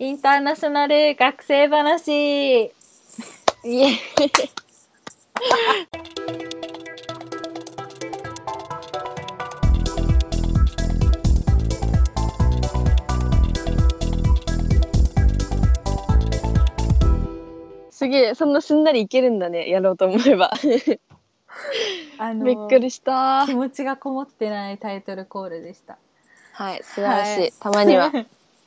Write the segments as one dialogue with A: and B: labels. A: インターナショナル学生話イエーイ
B: すげえそんなすんなりいけるんだねやろうと思えば
A: あ
B: びっくりした
A: 気持ちがこもってないタイトルコールでした
B: はい素晴らしい、たまには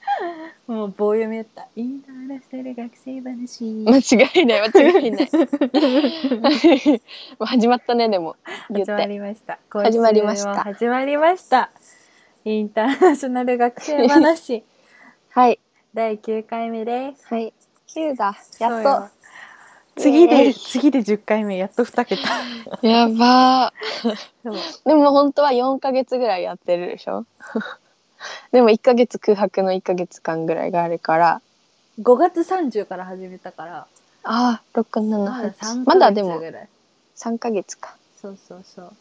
A: もう棒読みだったインターナショナル学生話
B: 間違いない間違いない もう始まったねでも言っ
A: 始ま
B: て
A: りました
B: 始まりました
A: 今週も始まりましたインターナショナル学生 話
B: はい
A: 第9回目です
B: はい9だ
A: そう
B: や
A: よ
B: っ
A: 次で、
B: イエーイ
A: 次で10回目やっと2桁
B: とやば
A: そう
B: ーでも本当は4ヶ月ぐらいやってるでしょ でも1ヶ月空白の1ヶ月間ぐらいがあるから
A: 5月30から始めたから
B: ああ
A: まだ
B: 678
A: 3
B: ま
A: ヶ
B: だ
A: 月
B: で
A: ぐ
B: も
A: らい
B: 3ヶ月か
A: そうそうそう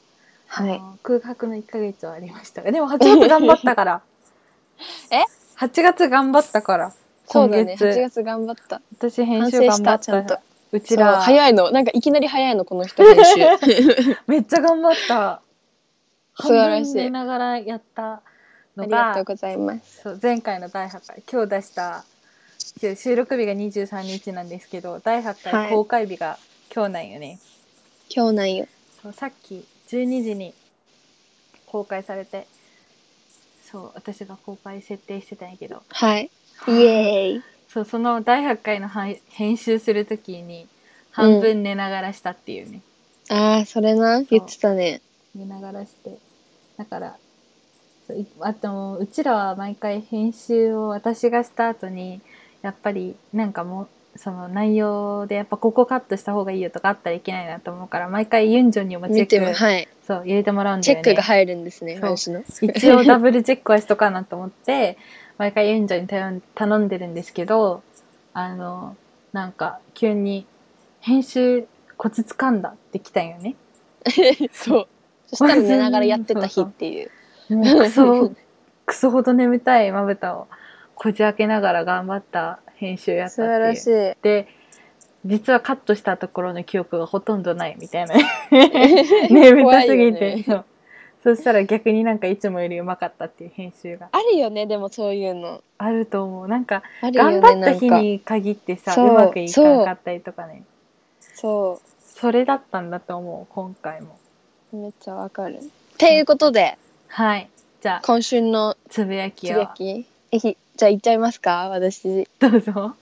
B: はい
A: あの空白の1ヶ月はありましたがでも8月頑張ったから
B: え
A: ?8 月頑張ったから
B: そうだ
A: 今
B: ね
A: 月
B: 8月頑張った
A: 私編
B: 反
A: 集
B: 省
A: 頑
B: し
A: 張
B: た
A: っ
B: ちゃ
A: た
B: んと
A: うち
B: そう
A: ら
B: 早いのなんかいきなり早いのこの人編 集
A: めっちゃ頑張った
B: 素晴らしい
A: 半分寝ながらやった
B: あ
A: の
B: りが
A: が
B: とうございます
A: そう前回の第8回今日出した今日収録日が23日なんですけど第8
B: は
A: 回
B: い
A: 公開日が今日なんよね、
B: 今日なんよ
A: そうさっき12時に公開されてそう私が公開設定してたんやけど
B: はいイエーイ
A: そうその第8回のはい編集するときに半分寝ながらしたっていうね、
B: ああそれな言ってたね
A: 寝ながらしてだからそういあともううちらは毎回編集を私がした後にやっぱりなんかもうその内容でやっぱここカットした方がいいよとかあったらいけないなと思うから毎回ユンジョンにもチェ
B: 見ても
A: ック、
B: はい
A: そう入れてもらうんだ
B: チ
A: よ
B: ェッ
A: ね
B: クが入るんですね
A: そう
B: 私の
A: 一応ダブルチェックはしとかなと思って 毎回ユンジョに頼ん頼んでるんですけどあのなんか急に「編集コツつかんだ」って来たんよね。
B: そうそしたら寝ながらやってた 日っていう
A: もうクソ クソほど眠たいまぶたをこじ開けながら頑張った編集やったっていう。
B: い
A: で実はカットしたところの記憶がほとんどないみ たいな 眠たすぎて、
B: 怖いよね
A: そうそしたら逆になんかいつもよりうまかったっていう編集が
B: あるよねでもそういうの
A: あると思うなんか
B: あるよね
A: 頑張った日
B: なんか
A: に限ってさ
B: そう
A: うまくいかなかったりとかね
B: そ
A: それだったんだと思う今回も
B: うめっちゃわかるっていうことで
A: はいじゃあ
B: 今週の
A: つぶやき
B: つ
A: を
B: ぶやきえひじゃあ行っちゃいますか私
A: どうぞ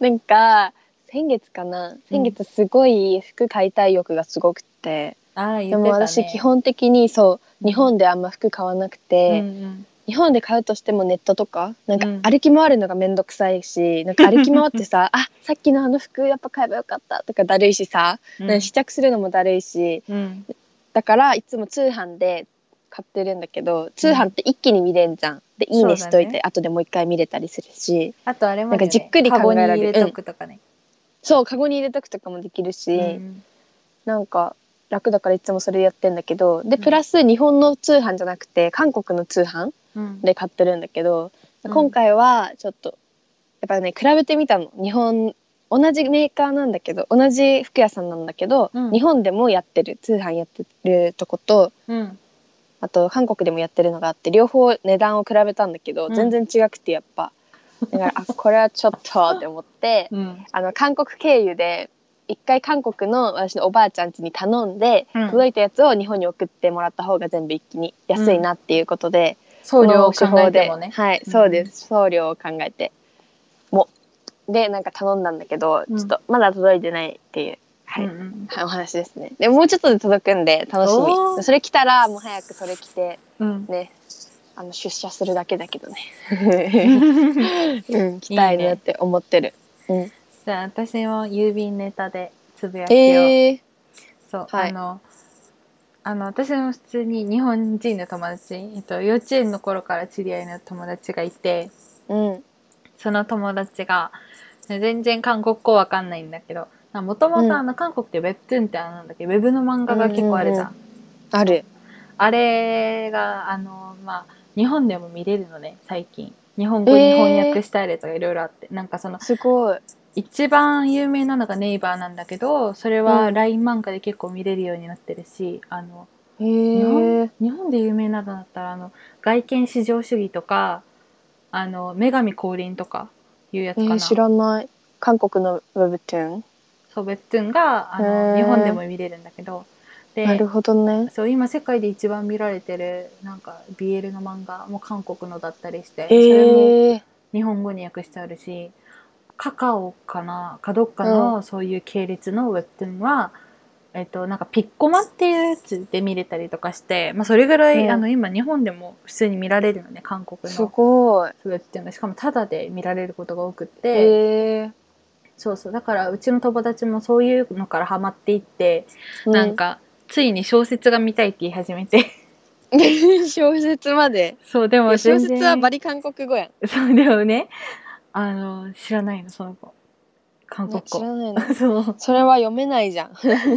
B: なんか先月かな先月すごい服買いたい欲がすごくて、
A: ああ言ってたね
B: でも私基本的にそう日本であんま服買わなくて、
A: うんうん
B: 日本で買うとしてもネットとかなんか
A: うん
B: 歩き回るのがめんどくさいし、なんか歩き回って さあさっきのあの服やっぱ買えばよかったとかだるいしさ、なんか試着するのもだるいし
A: うん
B: だからいつも通販で買ってるんだけど通販って一気に見れんじゃん。でいいねしと
A: そ
B: い
A: うだ
B: て、
A: ね
B: 後でもう一回見れたりするし
A: あとあれも、ね、
B: なんかじっくり考え
A: カゴ
B: られる
A: に入れとくとかね、
B: そうカゴに入れとくとかもできるし。
A: うん
B: なんか楽だからいつもそれやってんだけどで
A: うん
B: プラス日本の通販じゃなくて韓国の通販
A: うん
B: で買ってるんだけど、
A: うん
B: 今回はちょっとやっぱね比べてみたの日本同じメーカーなんだけど同じ服屋さんなんだけど、
A: うん
B: 日本でもやってる通販やってるとこと
A: うん
B: あと韓国でもやってるのがあって両方値段を比べたんだけど、
A: うん
B: 全然違くてやっぱだからあこれはちょっとって思って
A: うん
B: あの韓国経由で一回韓国の私のおばあちゃん家に頼んで、
A: うん
B: 届いたやつを日本に送ってもらった方が全部一気に安いなっていうことで、
A: 送
B: こ
A: 料
B: の
A: を
B: 手
A: 考えて
B: 法で、
A: もね
B: はい、
A: うん
B: そうです送料を考えてもでなんか頼んだんだけど、
A: うん
B: ちょっとまだ届いてないっていう、はい
A: うんうん
B: はいお話ですねでもうちょっとで届くんで楽し
A: おー
B: みそれ来たらもう早くそれ来て
A: うん
B: ねあの出社するだけだけどね、 うん、来たいなって思ってる
A: じゃあ私も郵便ネタでつぶやきを、
B: えー、
A: そう、
B: はい
A: あのあの私も普通に日本人の友達、えっと、幼稚園の頃から知り合いの友達がいて
B: うん
A: その友達が全然韓国語わかんないんだけどもとも
B: うん
A: とあの韓国ってウェブトゥーンってあれなんだけどウェブの漫画が結構あるじゃん、
B: うんある
A: あれがあのまあ日本でも見れるのね最近日本語に
B: えー
A: 翻訳したいやつがいろいろあって、なんかその
B: すごい。
A: 一番有名なのがネイバーなんだけどそれ
B: う
A: は
B: ん
A: LINE 漫画で結構見れるようになってるしあの
B: へえ。
A: 日本で有名なのだったらあの外見至上主義とかあの女神降臨とかいうやつ
B: え
A: かな、
B: ー、知らない。韓国のウェブトゥーン。
A: そうベッツンがあ
B: へ
A: の
B: ー
A: 日本でも見れるんだけどで
B: なるほどね。
A: そう今世界で一番見られてるなんか BL の漫画も韓国のだったりして、それも
B: ええ。
A: 日本語に訳してあるしカカオかなかどっかのそういう系列のウェブトゥーンは、えっとなんかピッコマっていうやつで見れたりとかして、まあ、それぐらい、
B: うん
A: あの今日本でも普通に見られるのね韓国
B: す
A: の
B: ごい。
A: ウェブトゥーンがしかもタダで見られることが多くって、
B: ええ。
A: そうそうだからうちの友達もそういうのからハマっていって、なん
B: か。
A: かついに小説が見たいって言い始めて
B: 小説まで。
A: そうで
B: い
A: も
B: や小
A: 全然
B: 説はバリ韓国語やん。
A: そうでもねあの知らないのその子韓国
B: ね知
A: 語
B: らないの。
A: そう
B: それは読めないじゃ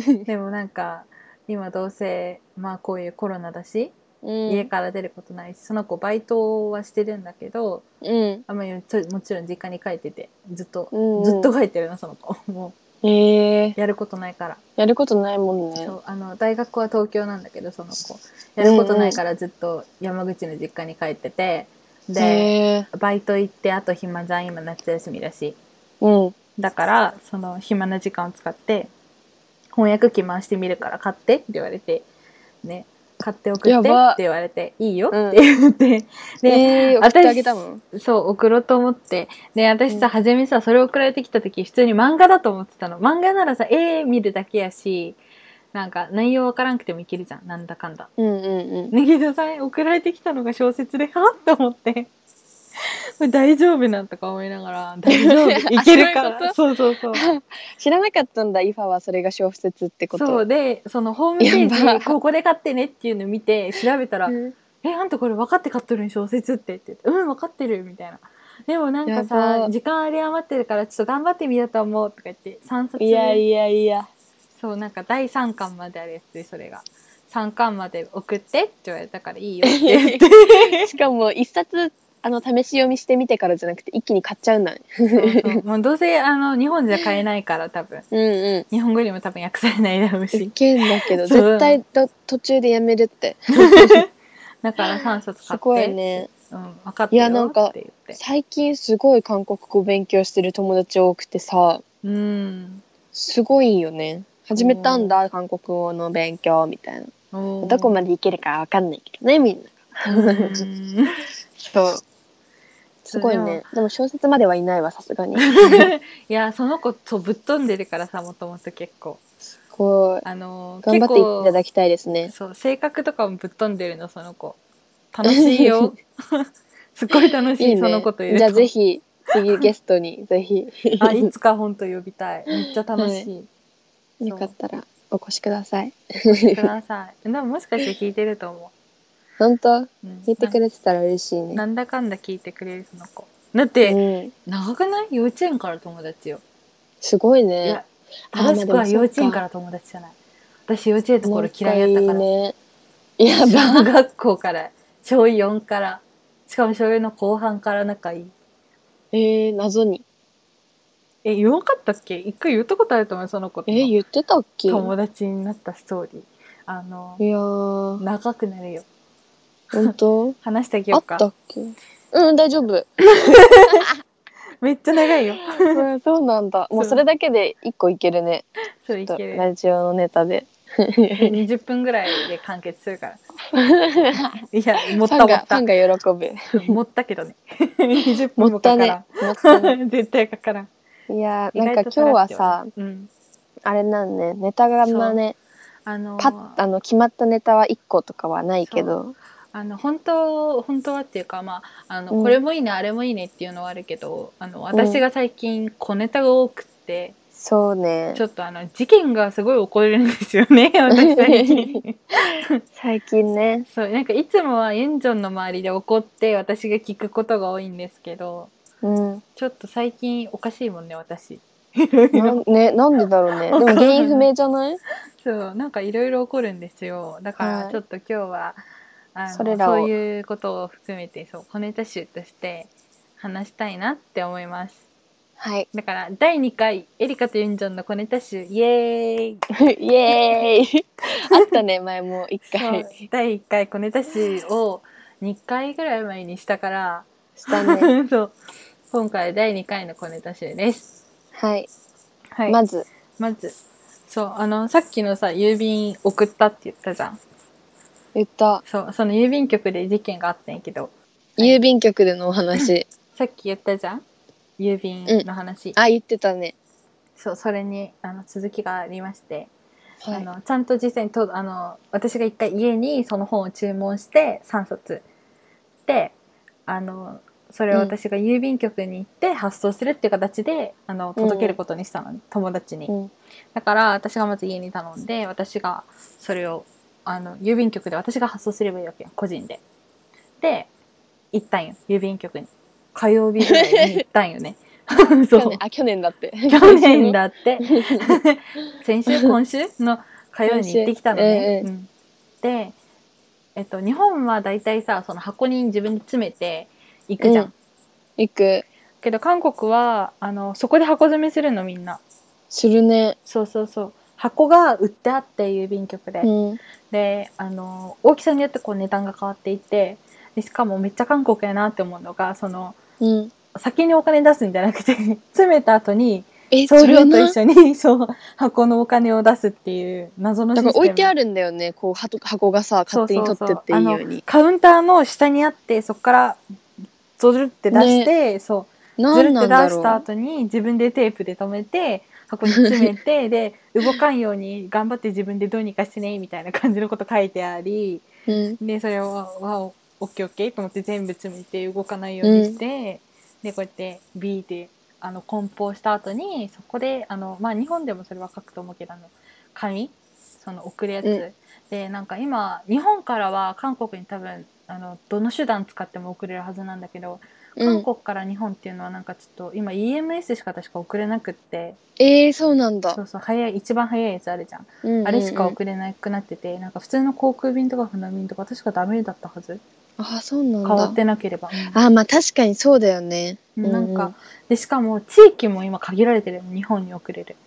B: ん。
A: でもなんか今どうせまあこういうコロナだし
B: うん
A: 家から出ることないし、その子バイトはしてるんだけど
B: うん。
A: あまりちょもちろん実家に帰っててずっと、
B: うん
A: ずっと帰ってるのその子も
B: ええ。
A: うやることないから、
B: やることないもんね
A: そ。うあの大学は東京なんだけどその子やることないからずっと山口の実家に帰ってて、で
B: へえ。
A: バイト行ってあと暇じゃん今夏休みだし
B: うん。
A: だからその暇な時間を使って翻訳機回してみるから買ってって言われてね買って送って
B: や
A: って
B: ば
A: 言われていいよ
B: うん
A: って言って、で、
B: ええ送ってあげたもん。
A: そう送ろうと思ってで私さ
B: うん
A: 初めさそれ送られてきた時普通に漫画だと思ってたの漫画ならさ絵見るだけやしなんか内容わからんくてもいけるじゃんなんだかんだ
B: うんうんうん。
A: ねぎどさん送られてきたのが小説ではっと思ってこれ大丈夫なんとか思いながら大丈
B: あ
A: 夫いけるからそうそうそう
B: 知らなかったんだイファはそれが小説ってこと
A: そうでそのホームペ
B: や
A: ー
B: ば
A: ジここで買ってねっていうの見て調べたら
B: うん
A: 「えあんたこれ分かって買っとるん小説って」って言って「うん分かってる」みたいな。でもなんか
B: や
A: さ
B: ば
A: 時間あり余ってるからちょっと頑張ってみようと思うとか言って3冊目
B: いやいやいや
A: そうなんか第3巻まであるやつでそれが3巻まで送ってって言われたからいいよ って言って
B: しかも一冊あの試し読みしてみてからじゃなくて一気に買っちゃうんだね
A: そうそうもうどうせあの日本じゃ買えないから多分
B: うんう
A: 日本語にも多分訳されないだろうん
B: い
A: し
B: けんだけど
A: そう
B: 絶対ど途中でやめるって
A: だから3冊買
B: す
A: って
B: ごいね
A: うん、分かってよ
B: いやなんか
A: って言って
B: 最近すごい韓国語勉強してる友達多くてさ
A: うん
B: すごいよね始めたんだ韓国語の勉強みたいな
A: おー
B: どこまでいけるかわかんないけどねみんな
A: うん
B: そうすご
A: そう
B: い
A: でも
B: ねでも小説まではいないわさす がに
A: いやその子とぶっ飛んでるからさもともと結構
B: こう
A: あのー
B: 頑張っていた
A: 結
B: だきたいですね
A: 構そう性格とかもぶっ飛んでるのその子楽しい よすごい楽しい
B: いいね
A: その子といると
B: じゃあぜひ次ゲストにぜひ
A: あいつか本当呼びたいめっちゃ楽しい、そう
B: よかったらお越しください
A: くださいでももしかして聞いてると思
B: 本当
A: う、うん
B: 聞いてくれてたら嬉しいね
A: ななんだかんだ聞いてくれるその子だって、
B: うん、
A: 長くない幼稚園から友達よ
B: すごい
A: いや
B: ねあ
A: 正しくは
B: でもそっか
A: 幼稚園から友達じゃない私幼稚園の頃嫌いやった
B: 仲
A: から
B: ね や
A: 小
B: ば
A: 学校から小4からしかも小4の後半から仲いい
B: えー、謎に
A: え言わんかったっけ一回言ったことあると思うその子と
B: えー、言ってたっけいや
A: 友達になったストーリーあの
B: ー
A: 長くなるよ
B: 本当
A: 話してあげよ
B: あ
A: う
B: っ
A: か
B: たっけうん大丈 夫
A: めっちゃ長いよ
B: うんそうなんだもうそれだけで一個いけるね
A: そうい
B: ちょっと
A: ける
B: ラジオのネタで
A: 20分ぐらいで完結するから いや
B: フ
A: 持っ
B: ァ
A: た
B: ン
A: 持
B: が
A: っ
B: ファンが喜ぶ
A: た持ったけどね20分
B: 持
A: も
B: った
A: か
B: ね
A: から
B: 持った ね
A: ん 絶対かからん
B: いや
A: 意
B: ーなん
A: 外と
B: か今日
A: さら
B: は
A: っとは
B: さ
A: うん
B: あれなんねネタがあんまね
A: あのー
B: パッあの決まったネタは1個とかはないけど
A: あの本当本当はっていうか、まあ、あの
B: うん
A: これもいいね、あれもいいねっていうのはあるけどあの私が最近小ネタが多くて、
B: そうね
A: ちょっとあの事件がすごい起こるんですよ ね私最近
B: 最近ね
A: そうなんかいつもはエンジョンの周りで起こって私が聞くことが多いんですけど
B: うん
A: ちょっと最近おかしいもんね私
B: なんねなんでだろうねで
A: わ
B: も
A: かんない
B: 原因不明じゃない
A: そうなんかいろいろ起こるんですよだか
B: は
A: ら
B: い
A: ちょっと今日は、あの
B: それらを
A: そういうことを含めてそう小ネタ集として話したいなって思います。
B: はい。
A: だから、第2回、エリカとユンジョンの小ネタ集、イエーイ
B: イエーイ あったね、前も一回
A: そう第1回小ネタ集を2回ぐらい前にしたから、
B: した ね。
A: そう今回第2回の小ネタ集です。
B: はい。
A: はま
B: まず、
A: ずそうあのさっきのさ郵便送ったって言ったじゃん
B: 言った、
A: そうその郵便局で事件があったんやけどい
B: 郵便局でのお話。
A: さっき言ったじゃん郵便の話、
B: あ、言ってたね。
A: そうそれにあの続きがありまして、
B: は
A: あ
B: い。
A: のちゃんと実際にとあの私が一回家にその本を注文して3冊であのそれを私が郵便局に行って発送するっていう形で、あの届けることにしたの、友達に、
B: うん
A: だから私がまず家に頼んで私がそれをあの郵便局で私が発送すればいいわけよ個人でで行ったんよ郵便局に火曜日ぐらいに行ったんよ ねそ
B: 去
A: う
B: 年あ、去年だって。
A: 去年。だって先週今週の火曜に
B: 先週
A: 行ってきたのね。
B: ええ
A: うんで、えっと、日本は大体さその箱に自分で詰めて行くじゃん、
B: うん 行く。
A: けど韓国はあのそこで箱詰めするのみんな
B: するね。
A: そうそうそう箱が売ってあって郵便局で、
B: うん。
A: であの大きさによってこう値段が変わっていてでしかもめっちゃ韓国やなって思うのがその
B: うん。
A: 先にお金出すんじゃなくて 詰めた後に
B: え、
A: 送
B: それ
A: 料と
B: な
A: 一緒に そう箱のお金を出すっていう謎のシ
B: だ
A: ステ
B: から
A: ム
B: 置いてあるんだよね。こう、はと箱がさ、
A: そ
B: 勝
A: うそうそ
B: 手に取
A: う
B: ってっていいように。
A: あのカウンターの下にあってそこからゾルって出して、そう
B: な
A: ずるっ
B: ん
A: て
B: な
A: 出
B: んだろ
A: した
B: う。
A: 後に自分でテープで留めて箱に詰め てで動かんように頑張って自分でどうにかしてねみたいな感じのこと書いてあり
B: うん。
A: でそれをわおオッケーオッケーと思って全部詰めて動かないようにして、でこうやって B であの梱包した後にそこであの、まあ、日本でもそれは書くと思うけどあの紙その送るやつ、
B: うん
A: でなんか今日本からは韓国に多分あのどの手段使っても送れるはずなんだけど、
B: う
A: 韓
B: ん。
A: 国から日本っていうのはなんかちょっと今 EMS しか確か送れなくって
B: えー、そうなんだ
A: そ。うそう早い一番早いやつあるじゃん、
B: うんうんうん
A: あれしか送れなくなっててなんか普通の航空便とか船便とか確かダメだったはず
B: あ、そうなん
A: 変
B: だ。
A: わってなければ、
B: あ、まあ確かにそうだよね。
A: うんなん
B: うん
A: かでしかも地域も今限られてるよ日本に送れる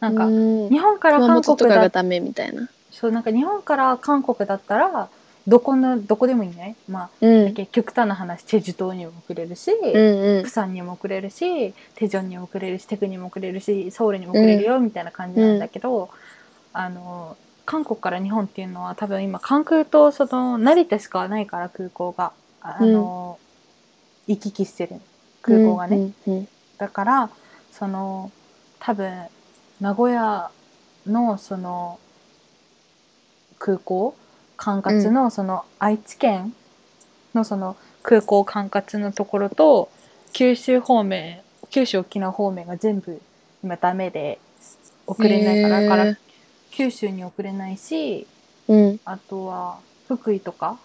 A: なんか、
B: うん
A: 日本から
B: 熊
A: 韓
B: 本と
A: 国
B: か
A: だ
B: がダメみたいな。
A: そうなんか日本から韓国だったらどこのどこでもいいんじゃないまあ
B: うん。う
A: だ
B: ん
A: け極端な話チェジュ島にも送れるし、
B: うん
A: 釜。山にも送れるしテジョンにも送れるしテクにも送れるしソウルにも送れるよみたいな感じなんだけど、あの韓国から日本っていうのは多分今関空とその成田しかないから空港があの、行き来してる空港がね、
B: うんうん
A: だからその多分名古屋のその空港管轄のその愛知県のその空港管轄のところと九州方面九州沖縄方面が全部今ダメで送れないから,、
B: へー
A: から九州に送れないし
B: うん
A: あとは福井とか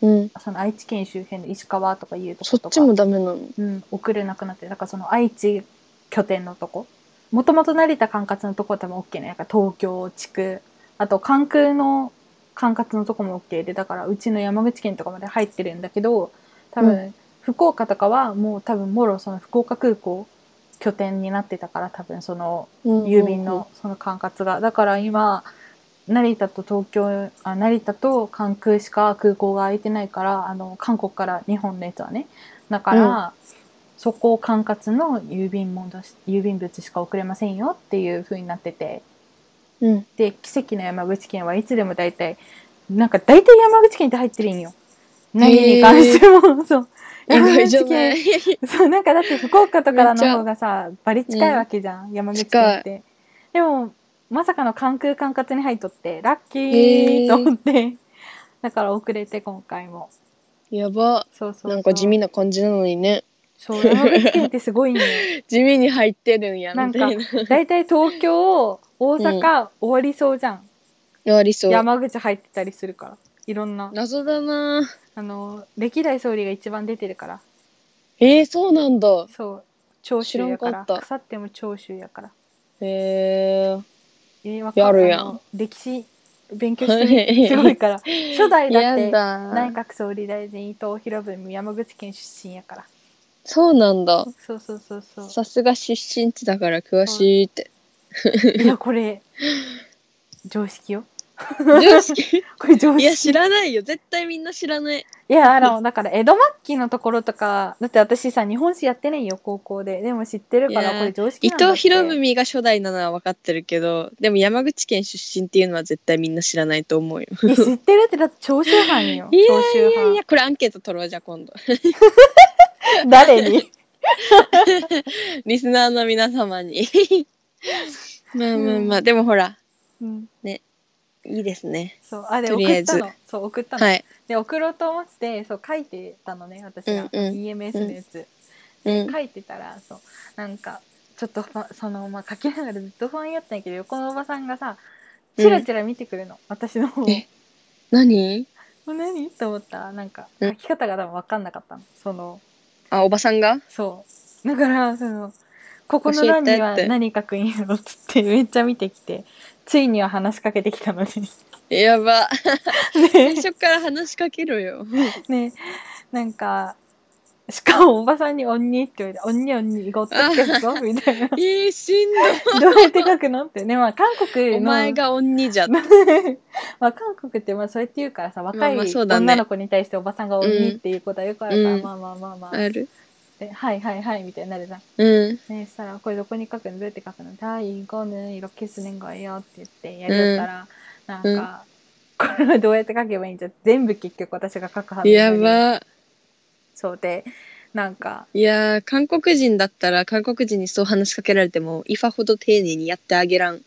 B: うん。
A: その愛知県周辺の石川とかいうとこ
B: そ
A: ろ
B: っ
A: とか
B: ちもダメなの。
A: うん、送れなくなってだからその愛知拠点のとこもともと成田管轄のとこは多分 OK ねだから東京地区あと関空の管轄のとこも OK でだからうちの山口県とかまで入ってるんだけど多分、
B: う
A: 福岡とかはもう多分もろその福岡空港拠点になってたから多分その郵
B: 郵
A: 便の。その管轄がだから今成田と東京あ成田と関空しか空港が空いてないからあの韓国から日本のやつはねだから、そこを管轄の郵便物郵便物しか送れませんよっていう風になってて
B: うん。
A: で奇跡の山口県はいつでも大体なんか大体山口県って入ってるんよ何に関してもそう
B: 意
A: 山
B: 外じゃ
A: 口
B: な
A: 県
B: い。
A: そうなんかだって福岡とから
B: めっち
A: の
B: ゃ
A: 方がさバリ近いわけじゃん、山口県ってでもまさかの関空管轄に入っとってラッキー
B: へー
A: と思って、 だから遅れて今回も
B: やば。
A: そうそうそう
B: なんか地味な感じなのにね。
A: そう山口県ってすごいんよ
B: 地味に入ってるんや
A: なん
B: み
A: か
B: たいな。
A: 大体東京大阪、終わりそうじゃん
B: ありそう。
A: 山口入ってたりするからいろんな
B: 謎だな。
A: あの歴代総理が一番出てるから
B: えー、そうなんだ。
A: そう長州やか
B: 知ら
A: ら
B: んかった
A: 腐っても長州やから
B: へえ。
A: えーわか
B: やるやん
A: あの歴史勉強して みすごいから初代だっ
B: や
A: て
B: だ。
A: 内閣総理大臣伊藤博文山口県出身やから
B: そうなんだ
A: そうそうそうそう
B: さすが出身地だから詳しいって
A: いやこれ常識よ
B: 常 識
A: これ常
B: いや
A: 識
B: 知らないよ絶対みんな知らない
A: いやあのだから江戸末期のところとかだって私さ日本史やってないよ高校ででも知ってるか
B: い
A: ら
B: や
A: これ常識
B: 伊
A: なんだ
B: 藤
A: って
B: 博文が初代なのは分かってるけどでも山口県出身っていうのは絶対みんな知らないと思うよ
A: いや知ってるってだって長州藩よ
B: いやい
A: 長州
B: いやい
A: 藩
B: やこれアンケート取ろうじゃあ今度
A: 誰に
B: リスナーの皆様に まあまあまあ、でもほら
A: うん
B: いいですね
A: そうあで
B: と
A: 送
B: りあえ
A: った
B: ず
A: のそう送ったの、
B: はい、
A: で送ろうと思ってそう書いてたのね私が、
B: うんうん
A: EMS のやつ、
B: うん、
A: 書いてたらそうなんかちょっとファンそのまあ書きながらずっと不安やったんやけど横のおばさんがさチラチラ見てくるの、私の方を
B: え何
A: もう 何と思ったらなんか
B: うん
A: 書き方が多分分かんなかったのその
B: あおばさんが
A: そうだからそのここの
B: 教えて
A: 欄には
B: って
A: 何書くんやろっつってめっちゃ見てきてついには話しかけてきたのに
B: や ば最
A: ね
B: 初から話しかけろよ
A: ねなんかしかもおばさんに「おんに」って言われて「おんにおんにごっとってやつぞ」みた いな
B: えー、しんど
A: どうやって書くのってねまあ韓国
B: い
A: の
B: お前が鬼じゃって
A: まあ韓国ってまあそうやって言うからさ
B: まあ
A: 若い
B: まあそうだね
A: 女の子に対しておばさんが「おんに
B: うん」
A: っていうことはよくあるから、
B: うん
A: まあまあまあまあ、
B: ある
A: ではいはいはいみたいになるじゃん。
B: うん
A: ね、そしたら、これどこに書くのどうやって書くの第5年6ケス年後よって言ってやりよったら、
B: う
A: な
B: ん
A: んか、これはどうやって書けばいいんじゃ全部結局私が書くはずな
B: や
A: のに
B: ば
A: そうで、なんか、
B: いやー韓国人だったら韓国人にそう話しかけられてもイファほど丁寧にやってあげ らん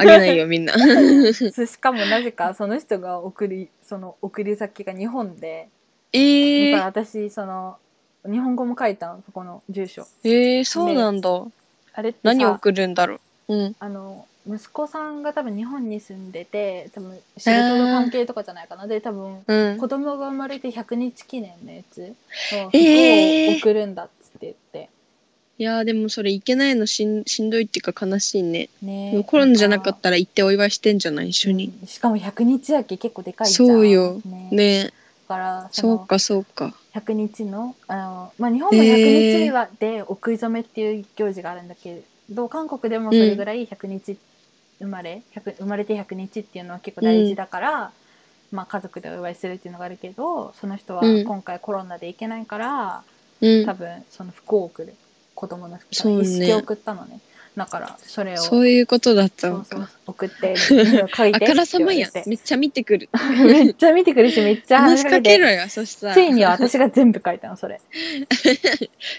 B: あげないよみんな
A: そうしかもなぜかその人が送り、その送り先が日本で、
B: え
A: だから
B: ー、
A: 私、その、日本語も書いたの、そこの住所。
B: えー、そうなんだ、
A: あれってさ
B: 何を送るんだろううん
A: あの息子さんが多分日本に住んでて多分仕事の関係とかじゃないかなで多分
B: うん
A: 子供が生まれて100日記念のやつの服
B: えー
A: を送るんだっつって言って、
B: いやーでもそれいけないのしんしんどいっていうか悲しいね、
A: ね
B: でもコロナじゃなかったら行ってお祝いしてんじゃない一緒に、
A: うんしかも100日やけ結構でかいじゃん
B: そうよ
A: ねだ
B: ねえ
A: からそ
B: そう
A: の
B: かそうか
A: 100日のあの、まあ、日本も100日にはでお食い初めっていう行事があるんだけど韓国でもそれぐらい100日生まれ、100生まれて100日っていうのは結構大事だから、まあ、家族でお祝いするっていうのがあるけどその人は
B: うん
A: 今回コロナで行けないから。
B: うん
A: 多分その服を送る子供の服
B: そ
A: を、
B: うね
A: 一式送ったのねだからそれを
B: そういうことだったの
A: そうそう
B: か
A: 送って書い
B: あ
A: て
B: からさま
A: って言
B: や
A: われて
B: めっちゃ見てくる
A: めっちゃ見てくるしめっちゃ
B: 話しかけ
A: て
B: ろよそしたら
A: ついには私が全部書いたのそれ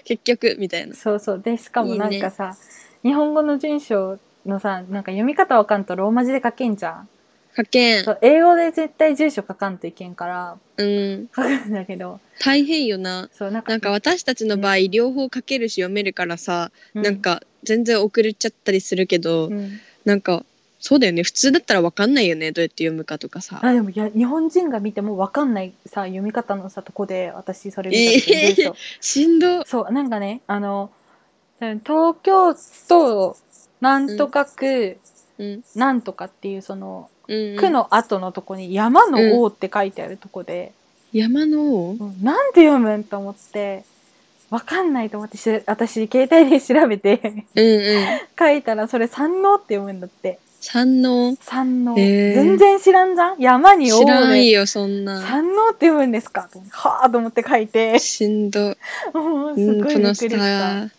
B: 結局みたいな
A: そうそうでしかもないん
B: いね
A: かさ日本語の文章のさなんか読み方わかんとローマ字で書けんじゃん
B: 書けん
A: そう英語で絶対住所書かんといけんから
B: うん
A: 書くんだけど
B: 大変よな
A: そうなんか
B: なんか私たちの場合両方書けるし読めるからさ、
A: う
B: なんか全然遅れちゃったりするけど、
A: うん
B: なんかそうだよね普通だったら分かんないよねどうやって読むかとかさ
A: あでもや日本人が見ても分かんないさ読み方のさとこで私それ見た
B: えー
A: 時文章
B: しんど
A: そうなんかねあの東京都なんとか区、
B: うん
A: なんとかっていうその、
B: うん
A: 区の後のとこに山の王って書いてあるとこで、
B: 山の王
A: うんなんて読むんと思って分かんないと思ってし私携帯で調べて
B: うんうん
A: 書いたらそれ山王って読むんだって
B: 山の
A: 山王、
B: へー
A: 全然知らんじゃん山
B: 王
A: に王
B: 知ら
A: で
B: んよそんな
A: 三能って読むんですかと思ってはあと思って書いて、
B: しんど
A: もうす
B: うん
A: ごい
B: こ
A: びっ
B: の
A: くりした。
B: さ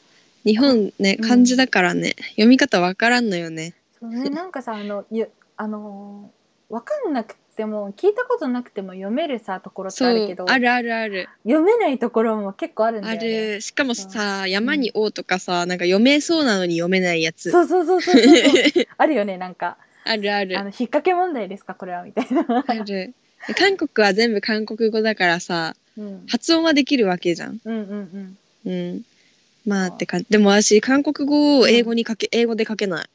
B: 日本ね
A: うん
B: 漢字だからね、読み方分からんのよね
A: そうね、なんかさ、あの、ゆあのーわかんなくても、聞いたことなくても読めるさ、ところって
B: そ
A: ある
B: う
A: けど、
B: あるあるある
A: 読めないところも結構あるんだ
B: あ
A: よね。
B: るしかもさ山に王とかさなんか読めそうなのに読めないやつ
A: そうそうそうそうそうそう。あるよね、なんか、
B: あるある
A: あの、引っ掛け問題ですか、これは、みたいな。
B: ある。韓国は全部韓国語だからさ、
A: うん。
B: 発音はできるわけじゃん。
A: うんうん
B: うん。まあ
A: そう
B: って感じ。でも私、韓国語を英語にかけ、英語で書けない。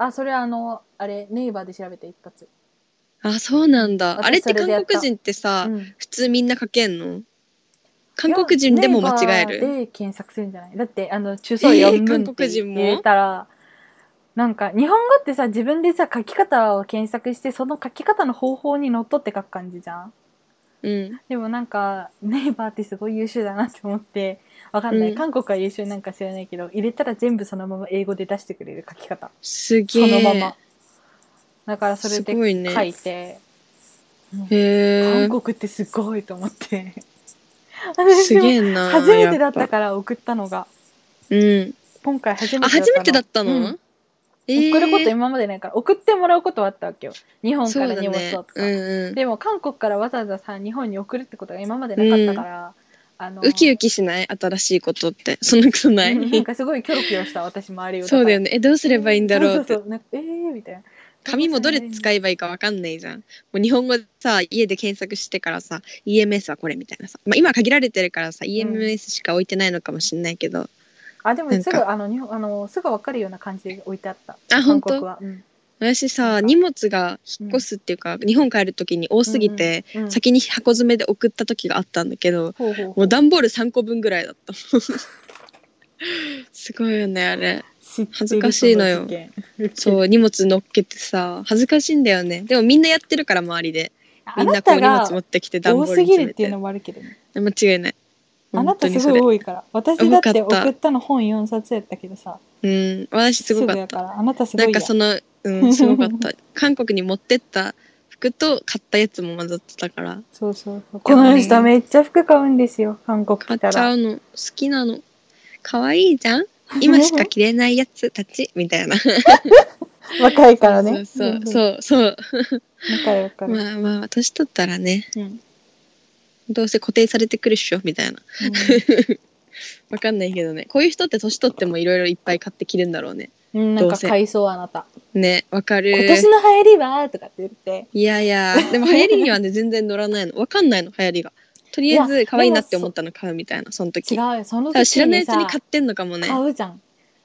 A: うん。あ、それあの、あれ、ネイバーで調べて一発。
B: あ、そうなんだ。
A: 私
B: あれって
A: それでや
B: 韓
A: った
B: 国人ってさ、
A: うん
B: 普通みんな書けんの韓国人でも間違え
A: いやネイ
B: る。
A: バーで検索するんじゃないだってあの中層4分
B: 韓
A: っ
B: 国
A: て
B: 人も
A: 入れたら、なんか日本語ってさ自分でさ書き方を検索してその書き方の方法にのっとって書く感じじゃん
B: うん
A: でもなんかネイバーってすごい優秀だなって思ってわかんない、
B: うん
A: 韓国は優秀なんか知らないけど入れたら全部そのまま英語で出してくれる書き方
B: す
A: そ
B: げ
A: の
B: え
A: ままだからそれです
B: ごいね
A: 書いて、うん
B: へえ
A: 韓国ってすごいと思って
B: すげえな
A: 初めてだっ
B: や
A: た
B: ぱ
A: から送ったのが
B: うん
A: 今回初めて
B: あ
A: の
B: 初めてだったの、
A: うん
B: えー
A: 送ること今までないから送ってもらうことはあったわけよ日本から荷物をとか、
B: そうだねうんうん
A: でも韓国からわざわざさ日本に送るってことが今までなかったから、あの
B: ウキウキしない新しいことって そんなことない、
A: うん なんかすごいキョロキョロした私周りを
B: そうだよねえどうすればいいんだろうっ
A: そうそ
B: て
A: うそうなんかえーみたいな
B: 紙もどれ使えばいいかわかんないじゃんもう日本語でさ家で検索してからさ EMS はこれみたいなさ、まあ、今は限られてるからさ EMS しか置いてないのかもしれないけど、
A: あでも
B: なん
A: す
B: か
A: ぐあの日本あのすぐわかるような感じで置いてあった
B: あ
A: 韓
B: 本
A: 国
B: 当
A: は、うん
B: 私
A: な
B: さ
A: んか
B: 荷物が引っ越すっていうか、日本帰る時に多すぎて、
A: うん、
B: 先に箱詰めで送った時があったんだけど
A: ほうほうほ
B: も
A: う
B: う段ボール3個分ぐらいだった すごいよねあれ
A: 知ってる
B: 恥ずかしいのよ
A: そ事件ウケる
B: そう荷物乗っけてさ恥ずかしいんだよねでもみんなやってるから周りで
A: あ
B: みん
A: な
B: なこ
A: た
B: う荷
A: が
B: 物持ってきて段ボ
A: 多
B: ー
A: す
B: ルに
A: ぎ
B: 詰
A: る
B: め
A: ってい
B: て
A: うのもあるけどね
B: 間違いない
A: あな
B: 本当
A: たす
B: にそ
A: ごい
B: れ
A: 多いから私だって送ったの本4冊やったけどさ
B: うん私すごかっ
A: ぐや
B: た
A: らあなたすご
B: ないん
A: や
B: かそのうんすごかった 韓国に持ってった服と買ったやつも混ざってたから
A: そうそうそうこの人めっちゃ服買うんですよ韓国
B: 買
A: 来
B: ったちゃ
A: ら
B: うの好きなの可愛いじ ゃん今しか着れないやつたちみたいな
A: 若いからね
B: そうそうそう
A: わかるわか
B: そう
A: る、
B: まあまあ年取ったらね
A: うんうん
B: どうせ固定されてくるっしょみたいなわかんないけどねこういう人って年取ってもいろいろいっぱい買って着るんだろうね
A: うん、な
B: ど
A: ん
B: う
A: か
B: せ
A: 買いそうあなた、
B: ねわかる
A: 今年の流行りはとかって言って
B: いやいや、でも流行りにはね、全然乗らないの。わかんないの、流行りが。とりあえ
A: いや
B: ず、可愛いなって思ったの買うみたいな、その時。
A: 違うよその
B: ただ知
A: 時
B: らないう
A: に
B: ちに
A: さ
B: 買ってんのかもね。
A: 買うじゃん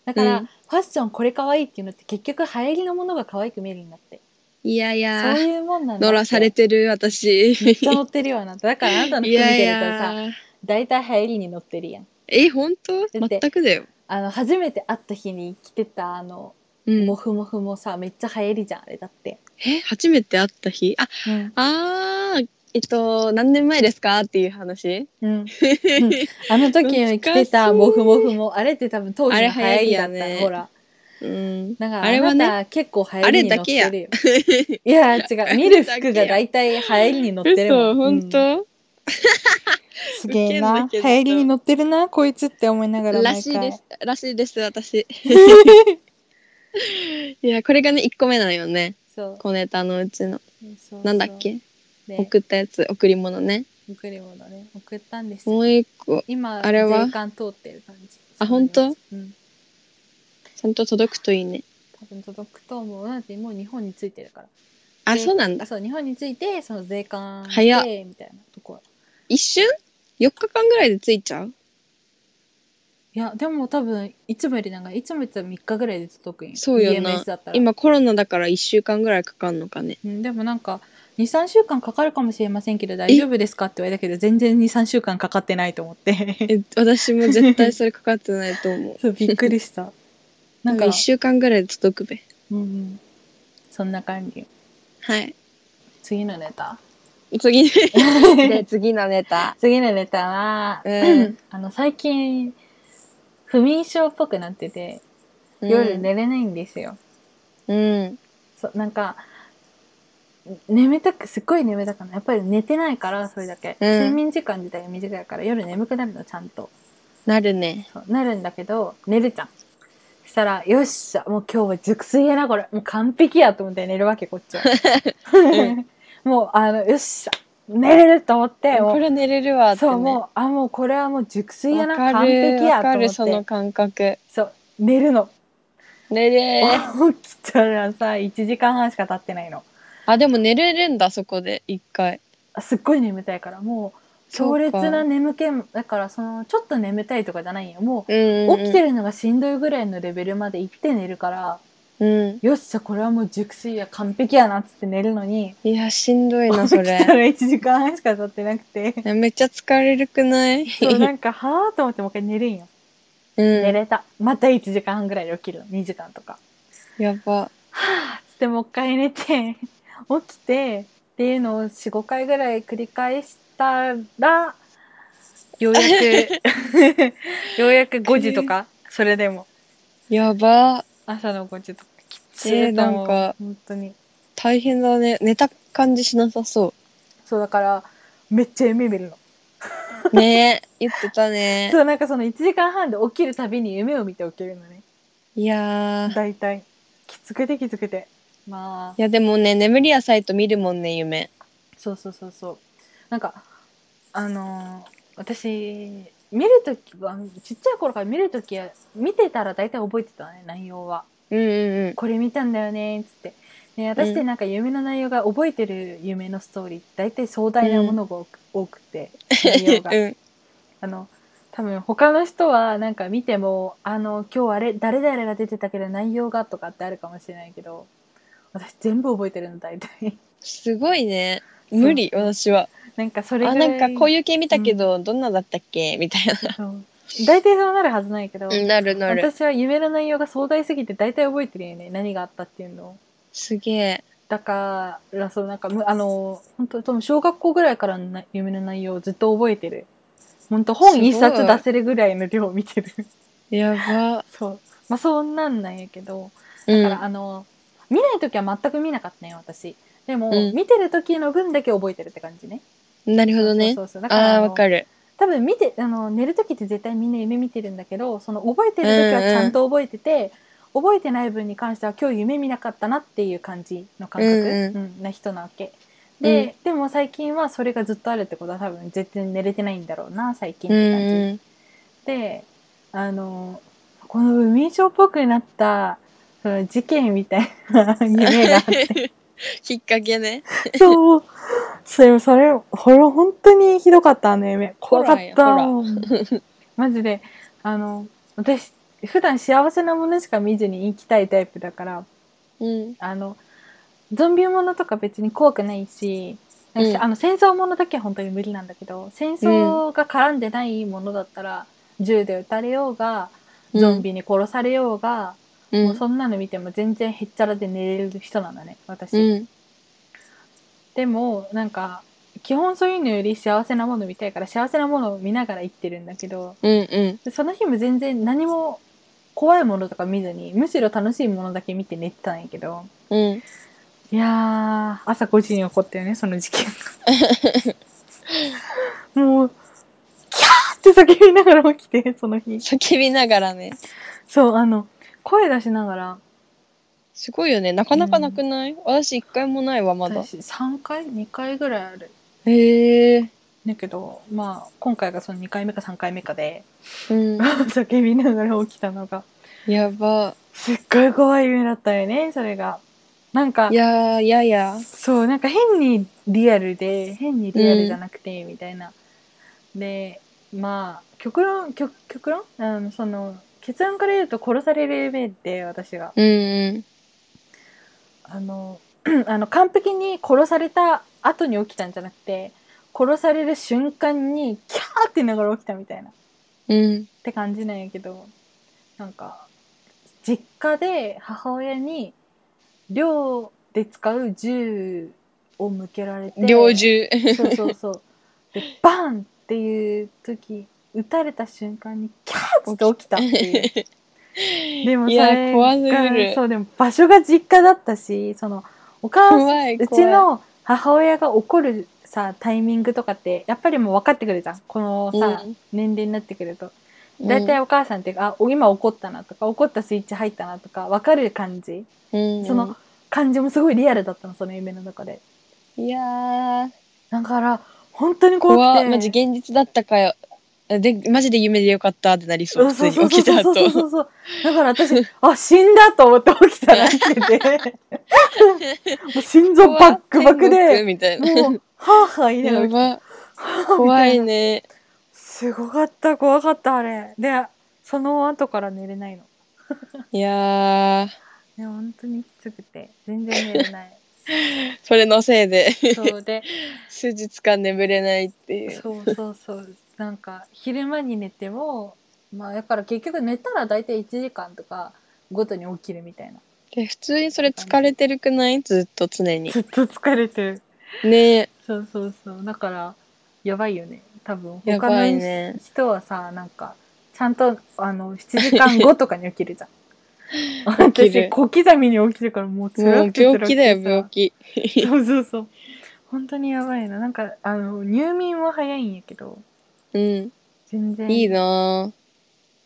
A: だから、
B: うん
A: ファッションこれ可愛いっていうのって結局流行りのものが可愛く見えるんだって
B: いやい
A: そう
B: や、
A: いうもんなんだって
B: 乗らされてる、私。
A: めっちゃ乗ってるよあなただからあなたの服
B: い
A: 見て
B: やい
A: るとさ
B: や。
A: 大体流行りに乗ってるやん
B: え、本当
A: だって
B: 全くだよ。
A: あの初めて会った日に着てたあの
B: うん
A: モ、フモフもさめっちゃ流行りじゃんあれだって、
B: え、初めて会った日あ、
A: うん
B: あー、えっと、何年前ですかっていう話。
A: あの時に着てたモフモフもあれって多分当時の流行りだった
B: あれ流行りや
A: の
B: ね
A: ほら
B: うん。
A: だから
B: あれ
A: あ
B: はね
A: なた結構流行りに乗ってるよ、いや違
B: あ
A: う
B: れ
A: 見る
B: だけ
A: 服
B: や
A: が大体流行りに乗ってるも
B: 嘘、
A: ん
B: 本
A: うん
B: 当
A: すげえ
B: ウケ
A: なん
B: だ
A: 流
B: けど
A: 行りに乗ってるなこいつって思いながら
B: ら
A: 毎
B: しい
A: 回
B: です。らしいです、私。 いや、これがね、1個目なのよね。
A: そう
B: 小ネタのうちの。
A: そうそう
B: なんだっけ
A: ね
B: 送ったやつ贈り物ね
A: 送り物ね送ったんですよ
B: もう一個
A: 今
B: あれは
A: 税関通ってる感じ
B: あ本当
A: うん
B: ちゃんと届くといいね
A: 多分届くと思うだってもう日本についてるから
B: あ
A: で
B: そうなん
A: あ
B: だ
A: そう日本についてその税関し
B: 早って
A: みたいなところ
B: 一瞬4日間ぐらいで着いちゃう
A: いやでも多分いつもよりなんかいつもより3日ぐらいで届くんよ
B: そうよな
A: EMS だったら
B: 今コロナだから1週間ぐらいかかんのかね
A: うん、でもなんか23週間かかるかもしれませんけど大丈夫ですかって言われたけど全然23週間かかってないと思って
B: え私も絶対それかかってないと思う
A: そうびっくりした な
B: なんんか
A: か
B: 1、週間ぐらいで届くべ
A: うんうん、そんな感じ
B: はい
A: 次のネ タ
B: 次ねで次のネタ
A: 次のネタは、
B: うん
A: あの最近不眠症っぽくなってて夜寝れないんですよ、
B: うん
A: そうなんか眠たくすっごい眠たくないやっぱり寝てないからそれだけ、
B: うん
A: 睡眠時間自体が短いから夜眠くなるのちゃんと
B: なるね
A: そうなるんだけど寝るじゃんそしたらよっしゃもう今日は熟睡やなこれもう完璧やと思って寝るわけこっちは、
B: ん
A: もうあのよっしゃ寝れると思っても
B: こ
A: う
B: れ寝れるわって、ね、
A: そうもうあもうこれはもう熟睡やな
B: わか
A: 完
B: る
A: 璧や
B: わかる
A: と
B: そ
A: 思
B: の
A: って
B: 感覚
A: そう寝るの、
B: 寝れー
A: 起きたらさ1時間半しか経ってないの
B: あでも寝れるんだそこで一回
A: あすっごい眠たいからもう強烈な眠気だからそのちょっと眠たいとかじゃないよもう
B: 起
A: 起きてるのがしんどいぐらいのレベルまで行って寝るから、
B: うん
A: よっしゃこれはもう熟睡や完璧やなっつって寝るのに
B: いやしんどい
A: 起
B: な
A: きた
B: そ
A: ら
B: れ
A: 1時間半しか経ってなくて
B: めっちゃ疲れるく ない
A: そうなんかはあと思ってもう一回寝るんよ、
B: うん
A: 寝れたまた1時間半ぐらいで起きるの2時間とか
B: やば
A: はあっつってもう一回寝て起きてっていうのを45回ぐらい繰り返したら、ようや く、ようやく5時とか、それでも。
B: やば
A: 朝の5時とか、きつ
B: えー
A: いと
B: なん
A: 思う。
B: か
A: 本当に。
B: 大変だね寝た感じしなさそ
A: そう、だから、めっちゃ夢見るの。
B: うねえ言ってたね
A: そう、なんかその1時間半で起きるたびに夢を見て起きるのね。
B: いやー
A: 大体。きつくてきつくて。ま
B: いやでもね眠り浅いと見るもんね夢
A: そうそうそうそうなんかあのー私見るときはちっちゃい頃から見るときは見てたら大体覚えてたね内容は
B: うんうん
A: これ見たんだよねっつってで私ってなんか夢の内容が覚えてる夢のストーリーって大体壮大なものが多く,、多くて内容が
B: うんうん
A: あの多分他の人はなんか見てもあの今日あれ誰々が出てたけど内容がとかってあるかもしれないけど私全部覚えてるの大体
B: すごいね
A: そう
B: 無理私は
A: なんかそれ
B: あ
A: ぐら
B: ないんかこういう系見たけど、どんなだったっけみたい
A: そう大体そうなるはずないけど、
B: ななるなる
A: 私は夢の内容が壮大すぎて大体覚えてるよね何があったっていうのを
B: すげえ
A: だからそうなんかむあの本当多分小学校ぐらいからのな夢の内容をずっと覚えてる本当
B: す
A: 本
B: ごい
A: 一冊出せるぐらいの量を見てる
B: やば
A: そうまあそんなんなんやけど
B: う
A: だ
B: ん
A: から、あの見ない時は全く見なかったね私でも、
B: うん
A: 見てる時の分だけ覚えてるって感じね
B: なるほどね
A: そうそうそうだから
B: あ
A: あ
B: あ
A: の
B: わかる
A: 多分見てあの寝る時って絶対みんな夢見てるんだけどその覚えてる時はちゃんと覚えてて、覚えてない分に関しては今日夢見なかったなっていう感じの感覚、
B: うんうん
A: うんな人なわけで、でも最近はそれがずっとあるってことは多分絶対寝れてないんだろうな最近っ
B: うん
A: て感じ、
B: うん
A: であのこの無印象っぽくなったその事件みたい な夢があって
B: きっかけね
A: そうそれそれこれ本当にひどかったあの夢怖かっ
B: ホ
A: た
B: ラーや
A: もうマジであの私普段幸せなものしか見ずに生きたいタイプだから
B: うん
A: あのゾンビものとか別に怖くないし私、
B: うん
A: あの戦争ものだけは本当に無理なんだけど戦争が絡んでないものだったら、銃で撃たれようがゾンビに殺されようが、
B: うん
A: もうそんなの見ても全然へっちゃらで寝れる人なんだね私、
B: うん
A: でもなんか基本そういうのより幸せなもの見たいから幸せなものを見ながら生きてるんだけど
B: うんうん
A: でその日も全然何も怖いものとか見ずにむしろ楽しいものだけ見て寝てたんやけど
B: うん
A: いやー朝5時に起こったよねその事件 がもうキャーって叫びながら起きてその日
B: 叫びながらね
A: そうあの声出しながら
B: すごいよねなかなかなくない、私一回もないわまだ
A: 私3回2回ぐらいある
B: へえ
A: だけどまあ今回がその2回目か3回目かで
B: うん
A: 叫びながら起きたのが
B: やば
A: すっごい怖い夢だったよねそれがなんか
B: いやーいやいや
A: そうなんか変にリアルで変にリアルじゃなくて、みたいなでまあ極論極極論あのその結論から言うと殺される夢で私が
B: うんうん
A: あの あの完璧に殺された後に起きたんじゃなくて殺される瞬間にキャーって言いながら起きたみたいなっ
B: うん
A: て感じなんやけどなんか実家で母親に寮で使う銃を向けられて
B: 猟銃
A: そうそうそう。で、バンっていう時、撃たれた瞬間に、キャーって起きたっていう。でもそ
B: いや
A: れ
B: 怖すぎる
A: が、そう、でも場所が実家だったし、その、お母さん、
B: 怖いう怖
A: ち
B: い
A: の母親が怒るさ、タイミングとかって、やっぱりもう分かってくるじゃん。このさ、
B: うん
A: 年齢になってくると。大体お母さんって、あ、今怒ったなとか、怒ったスイッチ入ったなとか、分かる感じ。
B: うん
A: その感じもすごいリアルだったの、その夢の中で。
B: いやー
A: だから、本当に怖くて。
B: 怖っマジ現実だったかよでマジで夢でよかったってなりそう普通に起きた
A: そうそうそ
B: 後
A: うそうだから私あ死んだと思って起きたら起きてて もう心臓バックバク
B: 天国
A: で
B: みたいな
A: もうハーハー言いながら起
B: や
A: きて
B: ば
A: はぁ
B: 怖い
A: みたな
B: ね
A: すごかった怖かったあれでその後から寝れないの
B: いやー
A: いや本当にきつくて全然寝れない
B: それのせいで
A: そうで
B: 数日間眠れないっていう
A: そうそうそうなんか昼間に寝てもまあだから結局寝たら大体1時間とかごとに起きるみたいな
B: で普通にそれ疲れてるくないずっと常に
A: ずっと疲れてる
B: ねえ
A: そうそうそうだからやばいよね多分
B: や
A: 他
B: ばい
A: の
B: ね。
A: 人はさなんかちゃんとあの7時間後とかに起きるじ ゃん
B: 起き
A: 私
B: る
A: 小刻みに起きるからもう
B: もう
A: 辛くて辛
B: 病
A: く
B: 気だよ
A: てさ
B: 病気。
A: そうそうそう本当にやばいななんかあの入眠は早いんやけど
B: うん。
A: 全然
B: いいなぁ。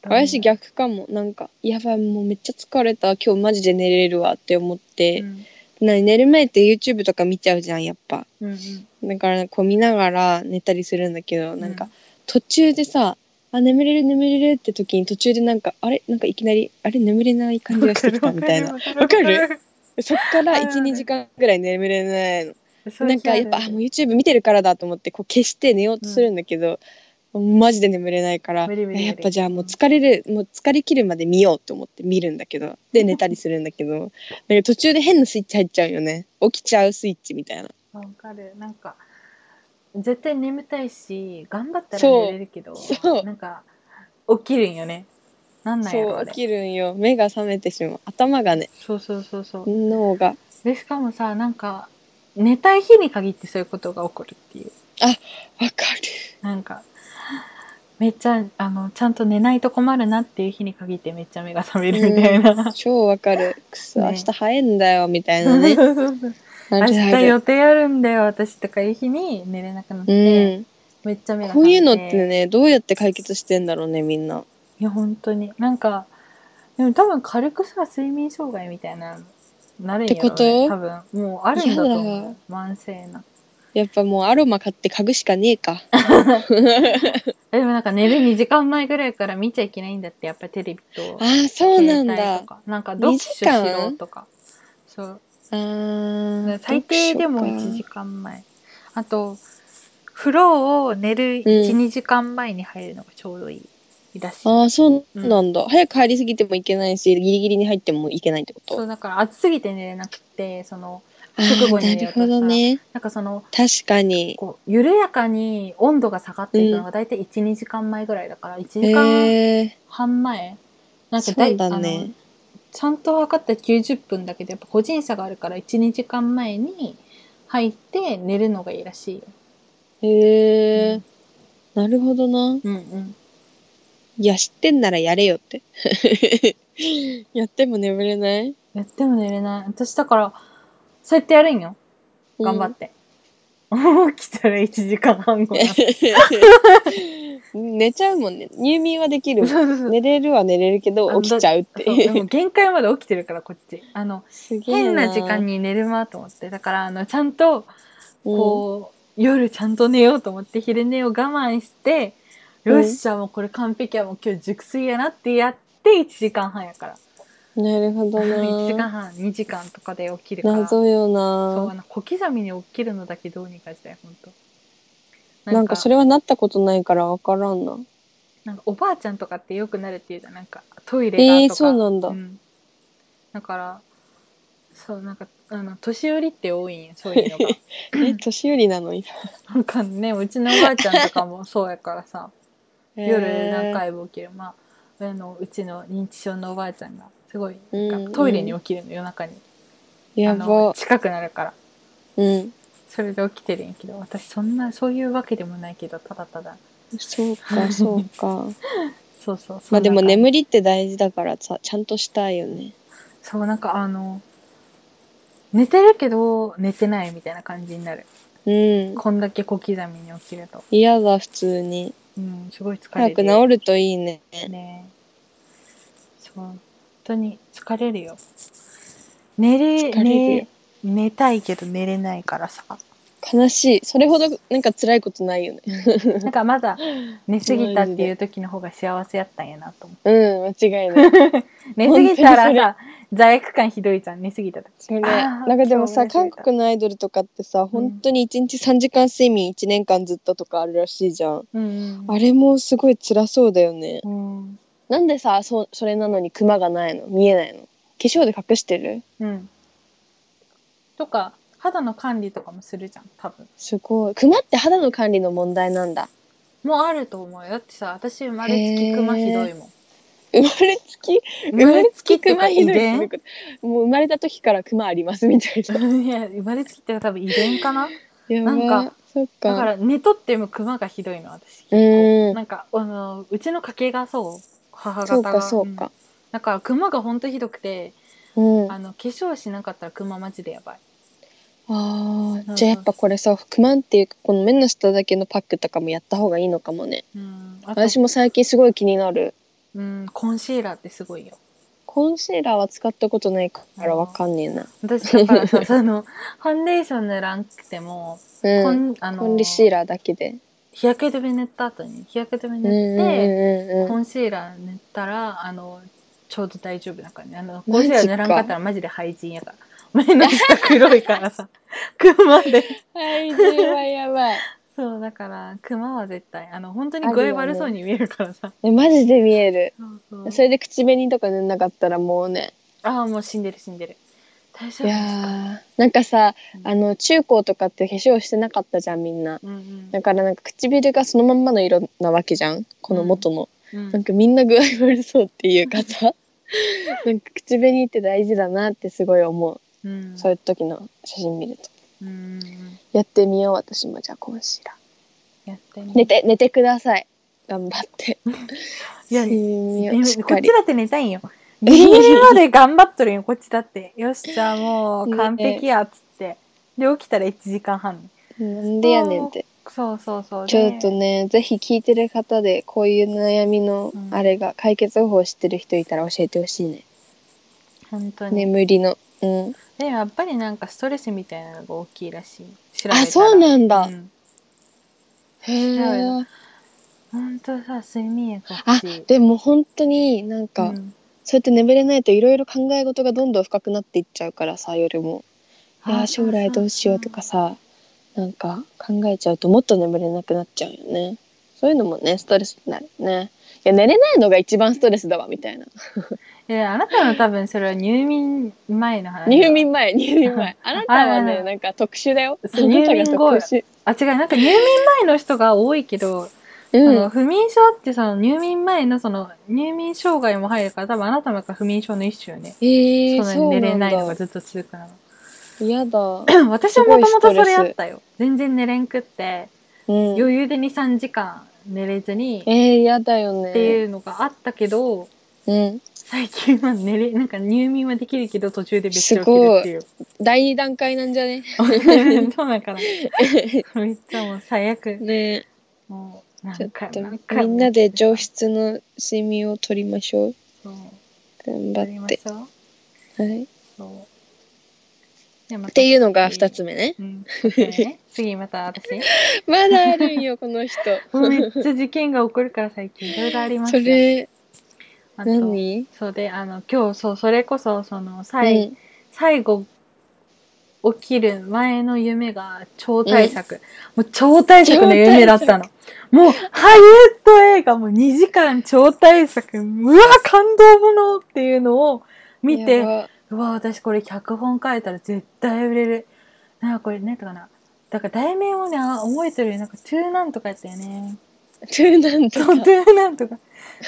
A: ダメ
B: 私逆かも。なんかやばいもうめっちゃ疲れた今日マジで寝れるわって思って
A: う。ん
B: な寝る前って YouTube とか見ちゃうじゃんやっぱ。
A: うん
B: だからこう見ながら寝たりするんだけど
A: うん
B: なんか途中でさあ眠れる眠れるって時に途中でなんかあれなんかいきなりあれ眠れない感じがしてきたみたいな
A: わ
B: わかる
A: わか
B: そっから
A: あるある
B: 12時間ぐらい眠れないの
A: るそう
B: なんかやっぱあもう YouTube 見てるからだと思ってこう消して寝ようとするんだけど、マジで眠れないから
A: 無理無理無理
B: やっぱじゃあもう疲れるもう疲れ切るまで見ようと思って見るんだけどで寝たりするんだけどなんか途中で変なスイッチ入っちゃうよね起きちゃうスイッチみたいな
A: わかるなんか絶対眠たいし頑張ったら
B: そう
A: 寝れるけど
B: そう
A: なんか起きるんよねなんなんやろ
B: そ
A: あ
B: う
A: れ
B: 起きるんよ目が覚めてしまう頭がね
A: そうそうそうそう
B: 脳が
A: でしかもさなんか寝たい日に限ってそういうことが起こるっていう
B: わか
A: なんかめっちゃあのちゃんと寝ないと困るなっていう日に限ってめっちゃ目が覚め
B: る
A: るみたいな、
B: うん超わかるくそ
A: ね
B: 明日早いんだよみたいな ね
A: そうそうそう明
B: あるあ
A: 日
B: る
A: 予定あるんだよ私とかいう日に寝れなくなっ
B: う
A: て、
B: ん
A: めっちゃ目が覚
B: こう
A: め
B: い
A: て
B: うのってねどうやって解決してんだろうねみんない
A: や本当になんかでも多分軽くさ睡眠障害みたいなのなるんやろ、ね、
B: ってこと
A: 多分もうあるんだと
B: や
A: 思
B: だ
A: う慢性な
B: やっぱもうアロマ買って嗅ぐしかね えか。
A: でもなんか寝る2時間前ぐらいから見ちゃいけないんだってやっぱりテレビと
B: ああ、そうなん
A: 携帯
B: だ
A: と。かなんか読書しろとかそう
B: あー
A: 最低でも
B: 読書か
A: 1時間前あと風呂を寝る12、時間前に入るのがちょうどいいらしい
B: ああ、そうなんだ。早く入りすぎてもいけないし、ギリギリに入ってもいけないってこ
A: そう
B: と。
A: だから暑すぎて寝れなくてその
B: あ
A: 直後
B: ー
A: に
B: な
A: 入れよう
B: る
A: とした
B: ほどね。
A: なんかその
B: 確かに。
A: こう緩やかに温度が下がっていくのが大体12、時間前ぐらいだから1時間
B: え
A: 半前な
B: ー、
A: んか
B: そう
A: い
B: だ
A: あの
B: ね。
A: ちゃんと測ったら90分だけどやっぱ個人差があるから12時間前に入って寝るのがいいらしいよ。
B: へえ、なるほどな。
A: うんうん、
B: いや、知ってんならやれよって。 やっても眠れない
A: やっても寝れない私だからそうやってやるんよ頑張って。 起きたら1時間半後な
B: うん 寝ちゃうもんね。入眠はできるもん
A: そうそうそう
B: 寝れるは寝れるけ
A: あの
B: ど起きちゃうって
A: そうで
B: いう。
A: も限界まで起きてるからこっちあの
B: す げえ
A: 変な時間
B: に
A: に寝るなと思ってだからあのちゃんとこう、夜ちゃんと寝ようと思って昼寝を我慢して、
B: うん
A: よっしゃ、もうこれ完璧や、もう今日熟睡やなってやって、1時間半やから。
B: うんなるほど
A: 1時間
B: な。
A: 半、2時間とかで起きるから。そう
B: 謎よ
A: あ
B: な。
A: の小刻みに起きるのだけどうにかしたい、ほんと。
B: なんかそれはなったことないからわからんな。
A: なんかおばあちゃんとかってよくなるっていうじゃんなんかトイレがとか、
B: えーそうなんだ
A: んだからそうなんかあの年寄りって多いんよそういうの が
B: え、年寄りなのに。
A: なんかねうちのおばあちゃんとかもそうやからさ 夜何回も起きる、まあ、あのうちの認知症のおばあちゃんがすごいなん
B: うんう
A: か
B: ん
A: トイレに起きるの夜中に、
B: えー
A: あ
B: や
A: の
B: ば。
A: 近くなるから
B: うん。
A: それで起きてるんやけど私そんなそういうわけでもないけどただただ
B: そう か、そうか。
A: そうそうそう
B: まあでも
A: ね
B: 眠りって大事だからさ、ちゃんとしたいよね。
A: そうなんかあの寝てるけど寝てないみたいな感じになる
B: うん。
A: こんだけ小刻みに起きると
B: 嫌だ、普通に。
A: うんすごい疲れ
B: 早
A: る
B: く治るといいね。
A: ねそう本当に疲れるよ寝れ
B: 疲れる
A: 寝寝たいけど寝れないから さ
B: 悲しい。それほどなんか辛いことないよね。
A: なんかまだ寝すぎたっていう時の方が幸せやったんやなと思
B: うん、間違いない。
A: う寝すぎたらさ罪悪感ひどいじゃん寝すぎた時
B: それ。
A: あー
B: なんかでも
A: そう
B: さ、韓
A: ね
B: 国のアイドルとかってさ、本当に1日3時間睡眠1年間ずっととかあるらしいじゃん。
A: うん
B: あれもすごい辛そうだよね。
A: うん
B: なんでさ、そそれなのにクマがないの見えないの化粧で隠してる
A: うんとか肌の管理とかもするじゃん多分
B: すごい。クマって肌の管理の問題なんだ。
A: もうあると思うよだってさ私生まれつきクマひどいもん
B: 生まれつき
A: 生まれつきっていうか遺伝
B: っ
A: い
B: てこともう生まれた時からクマありますみたいな。
A: や生まれつきっていうか多分遺伝かな
B: やば
A: なんか
B: そっ
A: だか
B: か。
A: ら寝とってもクマがひどいの私
B: うーん。
A: なんかあのうちの家系がそう母
B: そ
A: 方
B: う
A: が
B: か、そうんか。
A: だからクマがほんとひどくて
B: うん。
A: あ
B: あ
A: の化粧しなかったらクママジでやばい
B: あ
A: う
B: ー、
A: ん
B: じゃあやっぱこれさ、クマンっていうか、この目の下だけのパックとかもやった方がいいのかもね。
A: うんあと
B: 私も最近すごい気になる。
A: うんコンシーラーってすごいよ
B: コンシーラーは使ったことないからわかんねえな。
A: 私だからさそ のファンデーション塗らんくても、
B: うん。
A: こんあの
B: コンリシーラーだけで。
A: 日焼け止め塗った後に日焼け止め
B: うんうん
A: 塗って、
B: うんう
A: コ
B: ん。
A: ンシーラー塗ったらあのちょうど大丈夫だからねあのコ
B: マ
A: ン
B: ジ
A: シー
B: か
A: ラー塗らんかったらマジで廃人やから目の下黒いからさ クマで
B: はい、はやばい。
A: そうだからクマは絶対あの本当に
B: ある
A: 具
B: よね
A: 合悪そうに見えるからさ、
B: ねマジで見 える。
A: そうそう
B: それで口紅とか塗んなかったらもうね。
A: ああもう死んでる死んでる大丈夫
B: いや
A: ですか
B: ーなんかさ、
A: うん
B: あの、中高とかって化粧してなかったじゃん、みんな。
A: うんうん
B: だからなんか唇がそのまんまの色なわけじゃん、この元の。
A: うん
B: なんかみんな具合悪そうっていうかさ。 なんか口紅って大事だなってすごい思う。
A: うん
B: そういう時の写真見ると。
A: うんうん
B: やってみよう、私もじゃあコンシーラー。
A: やってみ
B: 寝て、寝てください。頑張って。
A: いや
B: 睡眠をしっ
A: こ
B: か
A: っ
B: り
A: ち。だって寝た いんよ。ギリギリまで頑張っとるんよ、こっちだって。よし、じゃあもう完璧や、っつって。で、起きたら1時間半。
B: なんでやねんって。
A: そうそうそう。
B: ちょっと
A: で
B: ね、ぜひ聞いてる方で、こういう悩みの
A: うん
B: あれが、解決方法を知ってる人いたら教えてほしいね。
A: 本当に。
B: 眠りの。うん。
A: で、やっぱりなんかストレスみたいなのが大きいらしい。調べたら
B: あ、そうなんだ。
A: うん
B: へ
A: 調
B: え。
A: 本当さ、睡眠薬欲
B: あ
A: しい。、
B: でも本当になんか、
A: うん
B: そうやって眠れないといろいろ考え事がどんどん深くなっていっちゃうからさ、夜も。いやー、将来どうしようとか。さ、なんか考えちゃうともっと眠れなくなっちゃうよね。そういうのもね、ストレスになるよね。いや、寝れないのが一番ストレスだわ、みたいな。
A: いや、あなたの多分それは入眠前の話。
B: 入。眠前、入眠前。あなたは
A: あ
B: ね、
A: あ
B: なんか特殊だよ。あ
A: そう
B: なた
A: 入
B: が
A: 眠後
B: 特殊。
A: あ、違う、なんか入眠前の人が多いけど、あ
B: う
A: の
B: ん。
A: 不眠症ってその入眠前のその入眠障害も入るから多分あなたもやっぱ不眠症の一種よね。
B: えー、
A: の
B: そう
A: 寝れないの
B: な
A: が
B: んだ。
A: ずっと続くなの。
B: 嫌だ。
A: 私はもともとそ
B: すごいストレ
A: れ
B: ス
A: あったよ。全然寝れんくって、
B: うん。
A: 余裕で2、3時間寝れずに
B: え
A: っ
B: ー、嫌だよね。
A: ていうのがあったけど、
B: うん。
A: 最近は寝れ、なんか入眠はできるけど途中で別に起きるっていう。
B: 第二段階なんじゃね
A: そうだから。めっちゃもう最悪。
B: ねえ
A: もう、な
B: ちょっ
A: んか、
B: と
A: なんか。
B: みんなで上質の睡眠をとりましょう。
A: そう。
B: 頑
A: やり
B: 張っ
A: ま
B: て
A: し。ょう。
B: はい。っ
A: そう。って
B: いうのが二つ目ね。
A: うん、次ね次また 私
B: まだあるんよ、こ の人。
A: もうめっちゃ事件が起こるから最近いろいろあります
B: そ
A: よ
B: れ、
A: あと
B: 何
A: そうであの今日そうそれこそその
B: は
A: 最,、。最後起きる前の夢が超大作、もう超大作の夢だったのもうハリウッド映画も2時間超大作うわ感動ものっていうのを見て
B: やば
A: うわ、私これ脚本書いたら絶対売れる。なんかこれ、なんとかな。だから題名をね、あ覚えてるよ。なんか、トゥーなんとかやったよね。
B: トゥーなんと
A: そう、
B: か
A: ト。ゥーなんと か。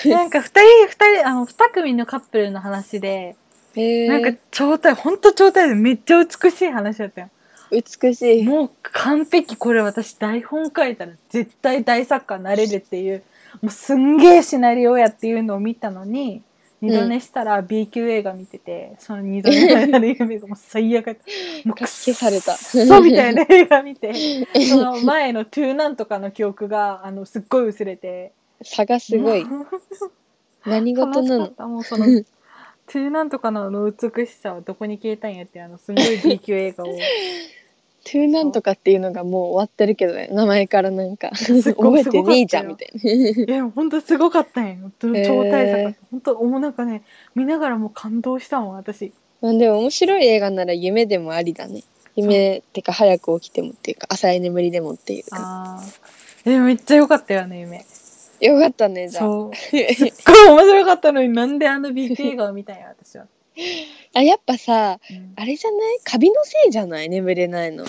A: なんか、二人、二人、あの、二組のカップルの話で、
B: え
A: なん
B: ー
A: か、、超大、ほんと超大でめっちゃ美しい話だったよ。
B: 美しい。
A: もう、完璧、これ私台本書いたら絶対大作家になれるっていう、もうすんげえシナリオやっていうのを見たのに、二度寝したら B 級映画見てて、その二度寝になる夢がもう最悪やったもう
B: か消された
A: そうみたいな映画見 てその前の「トゥーなんとか」の記憶があのすっごい薄れて
B: 差がすごい。
A: もう
B: 何
A: 悲
B: 事
A: し
B: な
A: か
B: の
A: ったもうその「トゥーなんとかの」美しさはどこに消えたんやっていうあのすごい B 級映画 を
B: トゥーなんとかっていうのがもう終わってるけどね。名前からなんか。
A: すっごい
B: 覚えてねえじゃん、みたい な。
A: いや本当すごかったんよ超
B: へー
A: 大作、本当もうなんかね見ながらもう感動したもん私
B: まあでも面白い映画なら夢でもありだね。夢ってか早く起きてもっていうか、浅い眠りでもっていうか。
A: あーえめっちゃ良かったよね夢
B: よかったね、じゃあ。
A: そうすっごい面白かったのになんであの B 級映画を見たんや私は、
B: あ、やっぱさ、
A: うん
B: あれじゃないカビのせいじゃない眠れないの。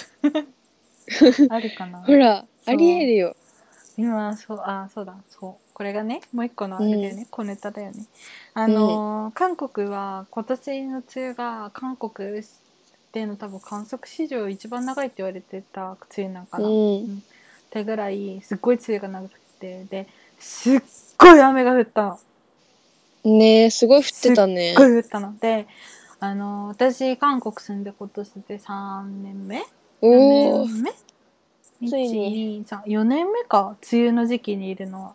A: あるかな
B: ほら、
A: そう
B: ありえるよ。
A: 今そうあそうだそうこれがねもう一個のあれだよね、小ネタだよねあのー韓国は今年の梅雨が韓国定の多分観測史上一番長いって言われてた梅雨なんかな、っ
B: うん
A: てぐらいすっごい梅雨が長くてですっごい雨が降ったのす
B: ねえすごい降ってたね
A: っごい降ったのであの私韓国住んで今年で3年目
B: お
A: 4
B: お
A: 年目
B: つい
A: ?1、
B: に
A: 2、3、4年目か、梅雨の時期にいるのは。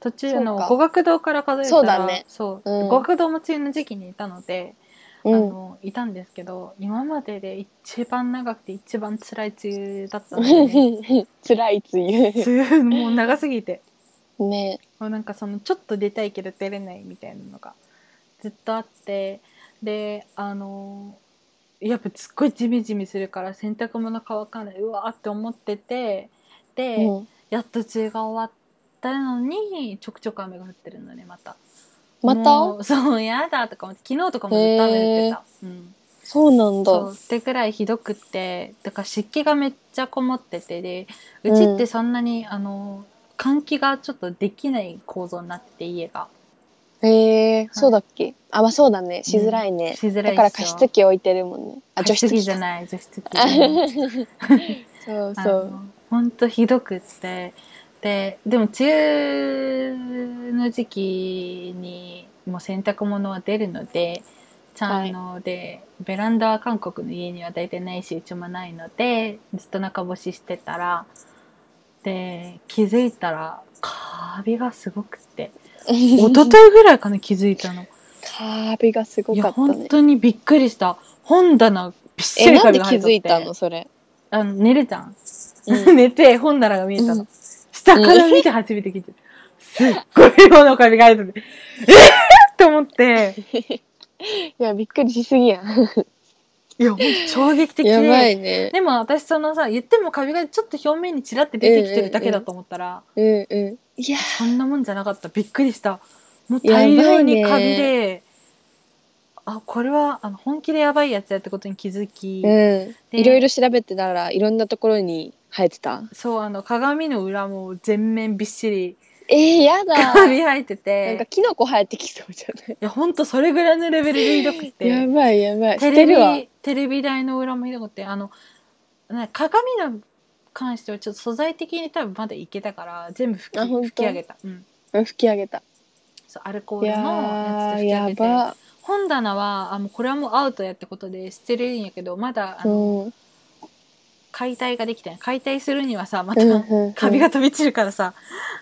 A: 途中の
B: そうか
A: 語学堂から数えたら、
B: そうだね
A: そう
B: うん
A: 語学堂も梅雨の時期にいたので、
B: う
A: あ
B: ん
A: の、いたんですけど、今までで一番長くて一番辛い梅雨だったので、
B: 辛い梅
A: 梅雨もう長すぎて。
B: 雨ね
A: もうなんかそのちょっと出たいけど出れないみたいなのがずっとあってであのやっぱすっごいジメジメするから洗濯物乾かないうわーって思っててで、
B: えうん
A: やっと梅雨が終わったのにちょくちょく雨が降ってるのねまた
B: また
A: もうそうやだとか思って昨日とかもずっと雨降ってた、うん
B: そうなん
A: そう
B: だ
A: ってぐらいひどくってだから湿気がめっちゃこもっててでうちってそんなに、あの換気がちょっとできない構造になってて家が
B: へえそうだっけあまあそうだねしづらい
A: うん
B: ね
A: しづらい
B: だから加湿器置いてるもんねあ
A: 除
B: 除
A: 湿
B: 湿
A: 器
B: 器
A: じゃ
B: か
A: ない除湿器
B: そう
A: あ
B: そ
A: の
B: う
A: ほんとひどくってででも梅雨の時期にもう洗濯物は出るのでちゃんので、ベランダは韓国の家には大体ないしうちもないのでずっと中干ししてたらで気づいたらカビがすごくて一昨日ぐらいかな気づいたの。
B: カービがすご
A: いや
B: かった
A: 本
B: ね
A: 当にびっくりした本棚びっし
B: え
A: り
B: な
A: カ
B: ん
A: ビ
B: で
A: が生
B: 気
A: えとっ
B: づ
A: て
B: いたのそれ
A: あの寝るじゃん、
B: うん
A: 寝て本棚が見えたの、
B: うん
A: 下から見て初めて来てすっごい量のカビが生えててえっと思って
B: いやびっくりしすぎやん
A: いやほんと衝撃的
B: やば
A: で
B: いね
A: でも私そのさ言ってもカビがちょっと表面にちらって出てきてるだけだと思ったら、
B: うんうんいや
A: そんなもんじゃなかったびっくりしたもう
B: やば
A: 大
B: いね
A: 量にカビで、あこれはあの本気でやばいやつやってことに気づき、
B: うん
A: で
B: いろいろ調べてたらいろんなところに生えてた
A: そうあの鏡の裏も全面びっしり
B: えー、や だ
A: カビ生えて
B: なんか
A: て
B: キノコ生えてきそうじゃない
A: いやほんとそれぐらいのレベルでひどく
B: や
A: て
B: ばいやばい
A: テ
B: 捨
A: レ
B: てるわ
A: ビテレビ台の裏もひどくてあのな鏡の関してはちょっと素材的に多分まだいけたから全部吹
B: あ
A: き
B: ほんと
A: 吹き上げた、うん、
B: うん吹き上げた
A: そうアルコー
B: い
A: ル
B: や
A: のやつと
B: ー
A: 吹き上
B: や
A: げて
B: ば
A: 本棚はあもうこれはもうアウトやってことで捨てれるんやけどまだあ
B: う
A: の、
B: んうん
A: 解体ができてない解体するにはさまた
B: うんうん
A: カビが飛び散るからさ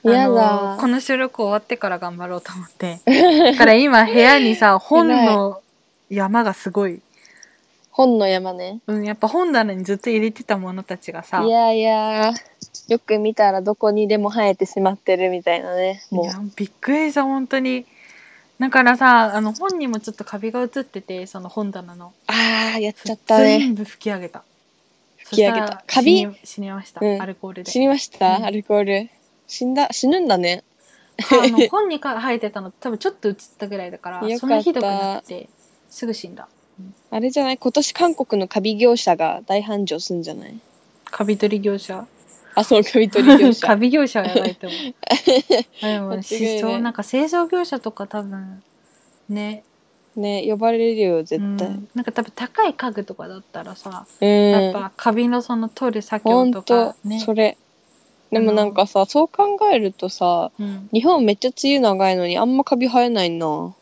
A: あ
B: や
A: の
B: だ
A: この収録終わってから頑張ろうと思って。だから今部屋に さ、本の山がすごい。
B: 本の山ね
A: うん、やっぱ本棚にずっと入れてたものたちがさ、
B: いやいやよく見たらどこにでも生えてしまってるみたいなねも
A: いやびっくりした、本当に。だからさ、あの本にもちょっとカビが映ってて、その本棚の。
B: うあーやっちゃったね
A: 全部吹き上げた。
B: 吹き上げた
A: そしたら
B: カビ
A: 死に死にました、
B: うん
A: アルコールで
B: 死。にました、
A: うん
B: アルコール死んだ死ぬんだね
A: かあの本にか生えてたの多分ちょっと映ったぐらいだから
B: よかった
A: そんなひどくなくてすぐ死んだ
B: あれじゃない今年韓国のカビ業者が大繁盛すんじゃない
A: カビ取り業者
B: あそうカビ取り業 者
A: カビ業者はやばい と思うあで
B: 間違いな
A: も
B: い
A: しそうなんか製造業者とか多分ね、
B: ね呼ばれるよ絶対、
A: うんなんか多分高い家具とかだったらさ、
B: うん
A: やっぱカビのその取る作業
B: 本
A: とか
B: 当、
A: ね
B: それでもなんかさそう考えるとさ
A: うん、
B: 日本めっちゃ梅雨長いのにあんまカビ生えないな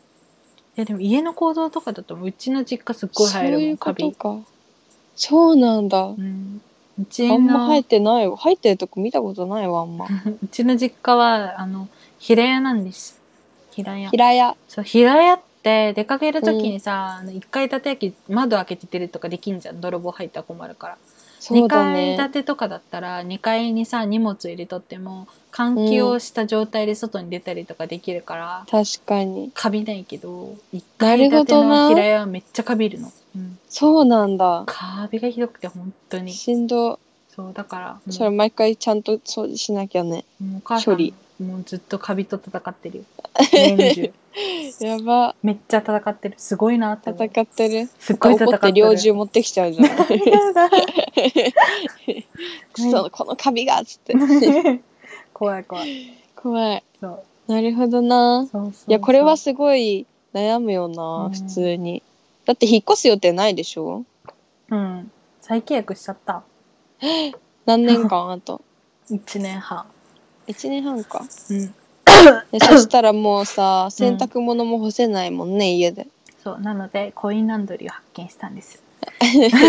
B: い
A: やでも家の構造とかだとうちの実家すっごい生える
B: そう
A: も
B: い
A: ん
B: う
A: カ
B: こと
A: ビ、
B: かそうなんだ、
A: うん、うち
B: あんま生
A: の
B: えてないわ生えてるとこ見たことないわ あんま
A: うちの実家はあの平屋なんです平屋
B: 平屋
A: そう平屋って出かける時にさ、あの一階建てやき窓開けて出るとかできんじゃん泥棒入ったら困るから
B: そ
A: 2
B: うだ
A: 階建
B: ね
A: てとかだったら2階にさ荷物入れとっても換気をした状態で外に出たりとかできるから、
B: 確かに
A: カビないけど1
B: な
A: 階
B: るほ
A: 建て
B: どな
A: の平屋はめっちゃカビるの、うん、
B: そうなんだ
A: カビがひどくて本当に
B: しんど
A: そうだから
B: それ
A: も
B: 毎回ちゃんと掃除しなきゃね
A: うもうお母さん
B: 処理
A: もうずっとカビと戦ってるよ年 中
B: やば
A: めっちゃ戦ってるすごいなって思う
B: 戦ってる
A: すっごい戦
B: 怒
A: っ
B: ってて
A: る
B: 猟銃持ってきちゃうじゃん
A: やだ
B: クソこのカビがっつって
A: 怖い怖い
B: 怖い
A: そう
B: なるほどな
A: そうそうそう
B: いやこれはすごい悩むよな、
A: うん
B: 普通にだって引っ越す予定ないでしょ
A: うん。再契約しちゃった。
B: 何年間 あと
A: 1年半。
B: 1年半か
A: うん。
B: でそしたらもうさ洗濯物も干せないもんね、家で
A: そう。なので、コインランドリーを発見したんです。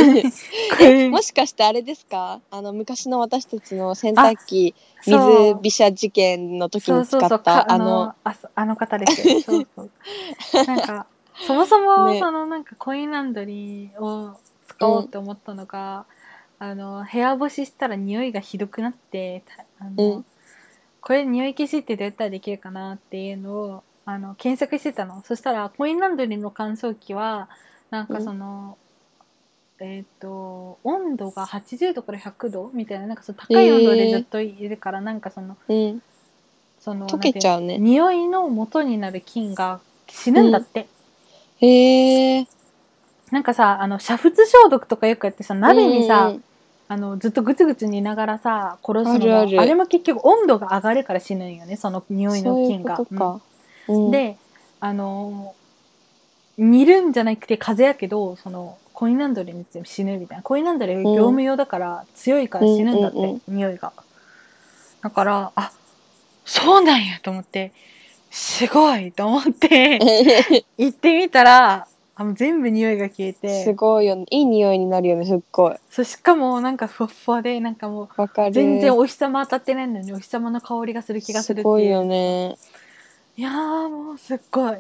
B: もしかしてあれですかあの昔の私たちの洗濯機水
A: そう
B: 飛車事件の時
A: そう
B: に使
A: そうそう
B: った
A: か
B: あ
A: あ
B: の
A: のあそあの方です よそうそうなんかそもそも、
B: ね
A: そのなんかコインランドリーを使おうと思ったのが、あの部屋干ししたら匂いがひどくなってたあの、
B: うん
A: これ匂い消しってどうやったらできるかなっていうのをあの検索してたのそしたらコインランドリーの乾燥機はなんかその、えっ、と温度が80度から100度みたいななんかその高い温度でずっといるから、なんかその
B: うん
A: その
B: 溶けちゃうね
A: 匂いの元になる菌が死ぬんだって、
B: へえ
A: なんかさあの煮沸消毒とかよくやってさ鍋にさ、あのずっとグツグツ煮ながらさ殺すのも
B: あるある
A: れも結局温度が上がるから死ぬんよねその匂いの菌が。
B: そういうこと
A: うん
B: か、うん
A: であのー煮るんじゃなくて風やけどそのコインランドリーにしても死ぬみたいなコインランドリーは業務用だから強いから死ぬんだって、
B: うんうん
A: 匂いがだからあそうなんやと思ってすごいと思って。行ってみたらあの全部匂いが消え
B: す
A: て
B: ごいよねいい匂いになるよねすっごい
A: そうしかもなんかふわっふわでなんかも
B: わか
A: う
B: る
A: 全然お日様当たってないのにお日様の香りがする気がするっ
B: す
A: ていう
B: ごいよね
A: いやーもうすっごい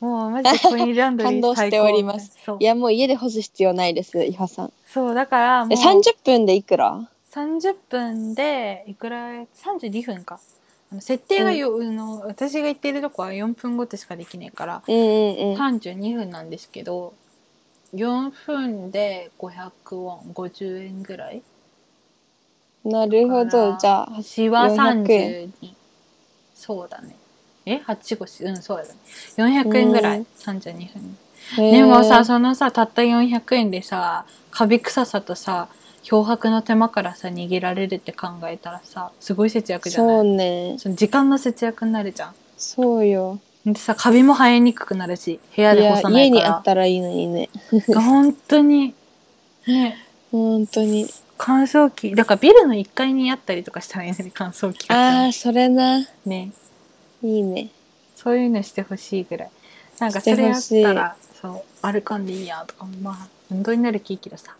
A: もうマジでコインランドリー
B: 感動しております
A: 最高
B: いやもう家で干す必要ないです伊波さん
A: そうそうだからも
B: え
A: う
B: 30分でいくら
A: 30分でいくら32分かあの設定がよ、あの私が言ってるとこは4分ごとしかできないから
B: うんうんうん
A: 32分なんですけど4分で500ウォン50円ぐらい
B: なるほどじゃあ
A: シワ32
B: 400
A: そうだねえ八五四うんそうだね400円ぐら
B: う
A: い
B: ん
A: 32分で
B: で
A: もさそのさたった400円でさカビ臭さとさ漂白の手間からさ逃げられるって考えたらさすごい節約じゃな
B: そ
A: いう
B: ね
A: その時間の節約になるじゃ
B: そうよ
A: んでさカビも生えにくくなるし部屋
B: い
A: で干
B: や
A: さな
B: 家
A: いか
B: にあっ
A: ら
B: たらいいのにね
A: 本当 にね
B: 本当に
A: 乾燥機だからビルの1階にあったりとかしたらいいのに乾燥機
B: あ
A: が
B: あそれない
A: ね
B: いね
A: そういうのしてほしいぐらい。なんかそれやったら、そう、歩かんでいいやとか、まあ、運動になる気いいけどさ。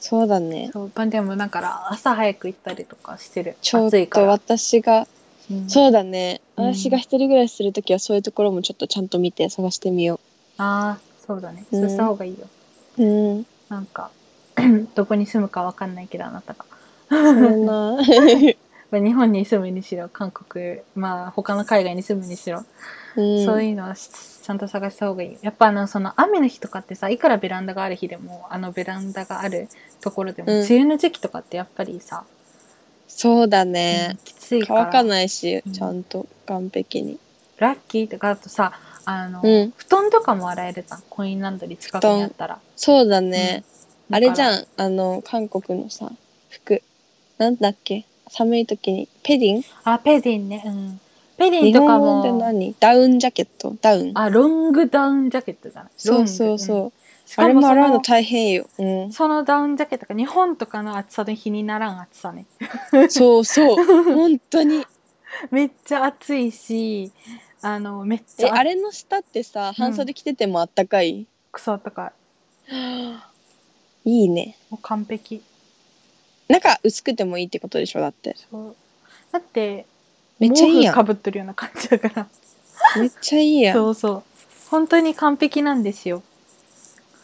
B: そうだね
A: そう、まあでもだから朝早く行ったりとかしてる。
B: ちょっ
A: 暑いか
B: と
A: ら。
B: 私が
A: うん
B: そうだね
A: うん
B: 私が一人暮らしするときはそういうところもちょっとちゃんと見て探してみよ
A: ああ、そうだね。
B: うん
A: そうした方がいいよ。
B: ううん
A: なんか、 どこに住むかわかんないけど、あなたが。
B: そ んな
A: まあ、日本に住むにしろ、韓国、まあ、他の海外に住むにしろ、
B: うん
A: そういうのはしちゃんと探した方がいいよ。やっぱあの、その雨の日とかってさ、いくらベランダがある日でも、あのベランダがあるところでも、
B: うん
A: 梅雨の時期とかってやっぱりさ、
B: そうだね
A: きついから
B: 乾かないし
A: うん
B: ちゃんと完璧に
A: ラッキーとかだとさあの、
B: うん
A: 布団とかも洗えるじゃんコインランドリー近くにあったら、
B: そうだねあれじ
A: ん
B: ゃんあの韓国のさ服なんだっけ寒い時にペディン
A: あペディンねうんペディン
B: 日
A: とか
B: 本語で
A: も
B: 何ダウンジャケットダウン
A: あロングダウンジャケットじゃないロン
B: そ
A: グ
B: うそうそう、
A: んし
B: あ
A: か
B: れ
A: も
B: も
A: そ
B: 洗うの
A: の
B: 大変よ、うん、
A: そのダウンジャケットが日本とかの暑さで日にならん暑さね
B: そうそう 本当に
A: めっちゃ暑いしあのめっち
B: え
A: ゃ
B: あれの下ってさ半袖着ててもあったかい、
A: 草とか
B: いいね
A: もう完璧
B: 中薄くてもいいってことでしょだって
A: そうだって
B: めっちゃいいやん
A: 毛布かぶっとるような感じだから
B: めっちゃいいやん
A: そうそう本当に完璧なんですよ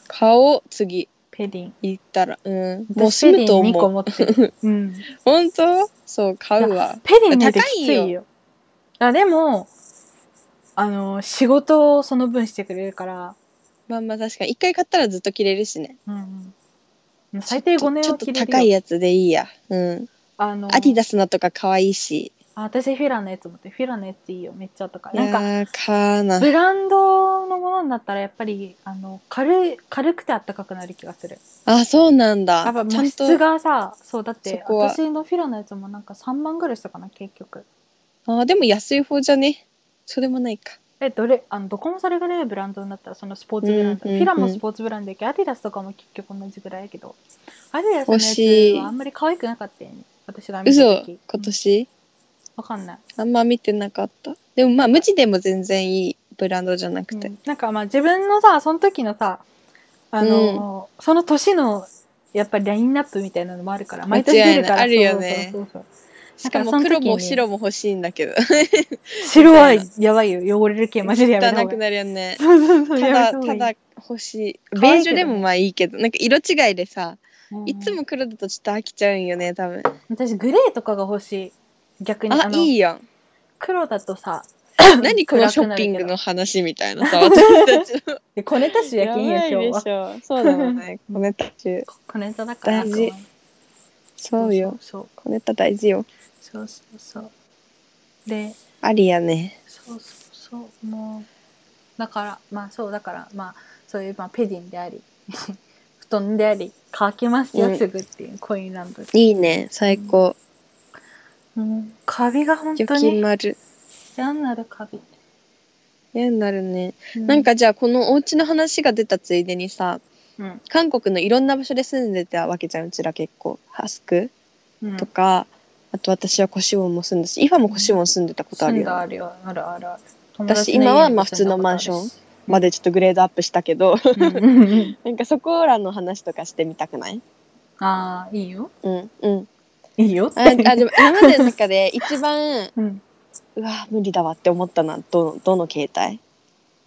B: 買おう次
A: ペディン
B: 行ったらうん
A: 私
B: もう住むと
A: ペディン2個
B: 思う
A: 持って る、うん、ペ
B: 本当そう買うわ
A: ディン見てきついよ
B: 高い
A: あでもあの仕事をその分してくれるから、
B: まあまあ確かに一回買ったらずっと着れるしね
A: うんうん、最低5年
B: ちょ
A: は
B: っと
A: 切
B: ちょ
A: れ
B: っと
A: るよ
B: 高いやつでいいやうん
A: あの
B: アディダスのとか可愛いし
A: あ私フィラのやつ持ってるフィラのやついいよめっちゃ高い
B: い
A: な
B: や
A: んか
B: ー買わない
A: ブランドのものになったらやっぱりあの軽い軽くてあったかくなる気がする
B: あそうなんだ
A: やっぱ
B: ちゃ
A: もうん
B: と
A: 質がさそうだって
B: そこは
A: 私のフィラのやつもなんか3万ぐらいしたかな結局
B: あーでも安い方じゃねそれもないか
A: えどれあのどこもそれぐらいブランドになったらそのスポーツブランド、
B: うんうんうん
A: フィラもスポーツブランドやけどアディダスとかも結局同じぐらいやけどアディダスの
B: 惜し
A: やつ
B: い
A: はあんまり可愛くなかったよね私が見た
B: 嘘
A: 時
B: 今年
A: わかんない、
B: あんま見てなかったでもまあ無地でも全然いいブランドじゃなくて、
A: うんなんかまあ自分のさその時のさあの、その年のやっぱりラインナップみたいなのもあるから毎年出るから
B: 間違いないあるよね
A: そうそうそう
B: しか
A: なんかそ
B: も
A: の時
B: 黒
A: に
B: も白も欲しいんだけど
A: そう白はやばいよ汚れる系マジでやめた
B: 汚
A: 方
B: く
A: がいい
B: なるよね
A: そうそうそう
B: た
A: やめ
B: だ
A: 方が
B: た
A: いい
B: だ欲しい
A: 可
B: ベ
A: 愛
B: ー
A: い
B: ジ
A: け
B: ュ
A: どね
B: でもまあいいけどなんか色違いでさ
A: うん
B: いつも黒だとちょっと飽きちゃうんよね多分
A: 私グレーとかが欲しい逆に
B: あ
A: の
B: いいやん
A: 黒だとさ
B: 何このショッピングの話みたいなさ私たちの
A: で小ネタ集やけんや今日は
B: ょそうだもんね小ネタ中
A: 小ネタだから
B: 大事そうよ
A: そう
B: 小ネタ大事よ
A: そうそうそうで
B: ありやね
A: そうそうそうもうだからまあそうだからまあそういうまあペディンであり 布団であり乾きますよすぐっていう、コインランドリー
B: いいね最高
A: もうカビが本
B: 除
A: 当
B: 菌
A: に
B: 丸
A: 嫌になるカビ、
B: 嫌になるね
A: う
B: なん、かじゃあこのお家の話が出たついでにさ
A: うん
B: 韓国のいろんな場所で住んでたわけじゃんうちら結構ハスク
A: うん、
B: とか、あと私はコシウォンも住んだし今もコシウォン住んでたことあ
A: 住
B: る
A: ん
B: よ
A: だあるよあるあるある
B: 私今はまあ普通のマンションまでちょっとグレードアップしたけど
A: ン
B: なんかそこらの話とかしてみたくない
A: ああいいよ
B: うんうん
A: いいよっ
B: ああでも今までの中で一番
A: うん
B: うわ無理だわって思ったのはどのどの携帯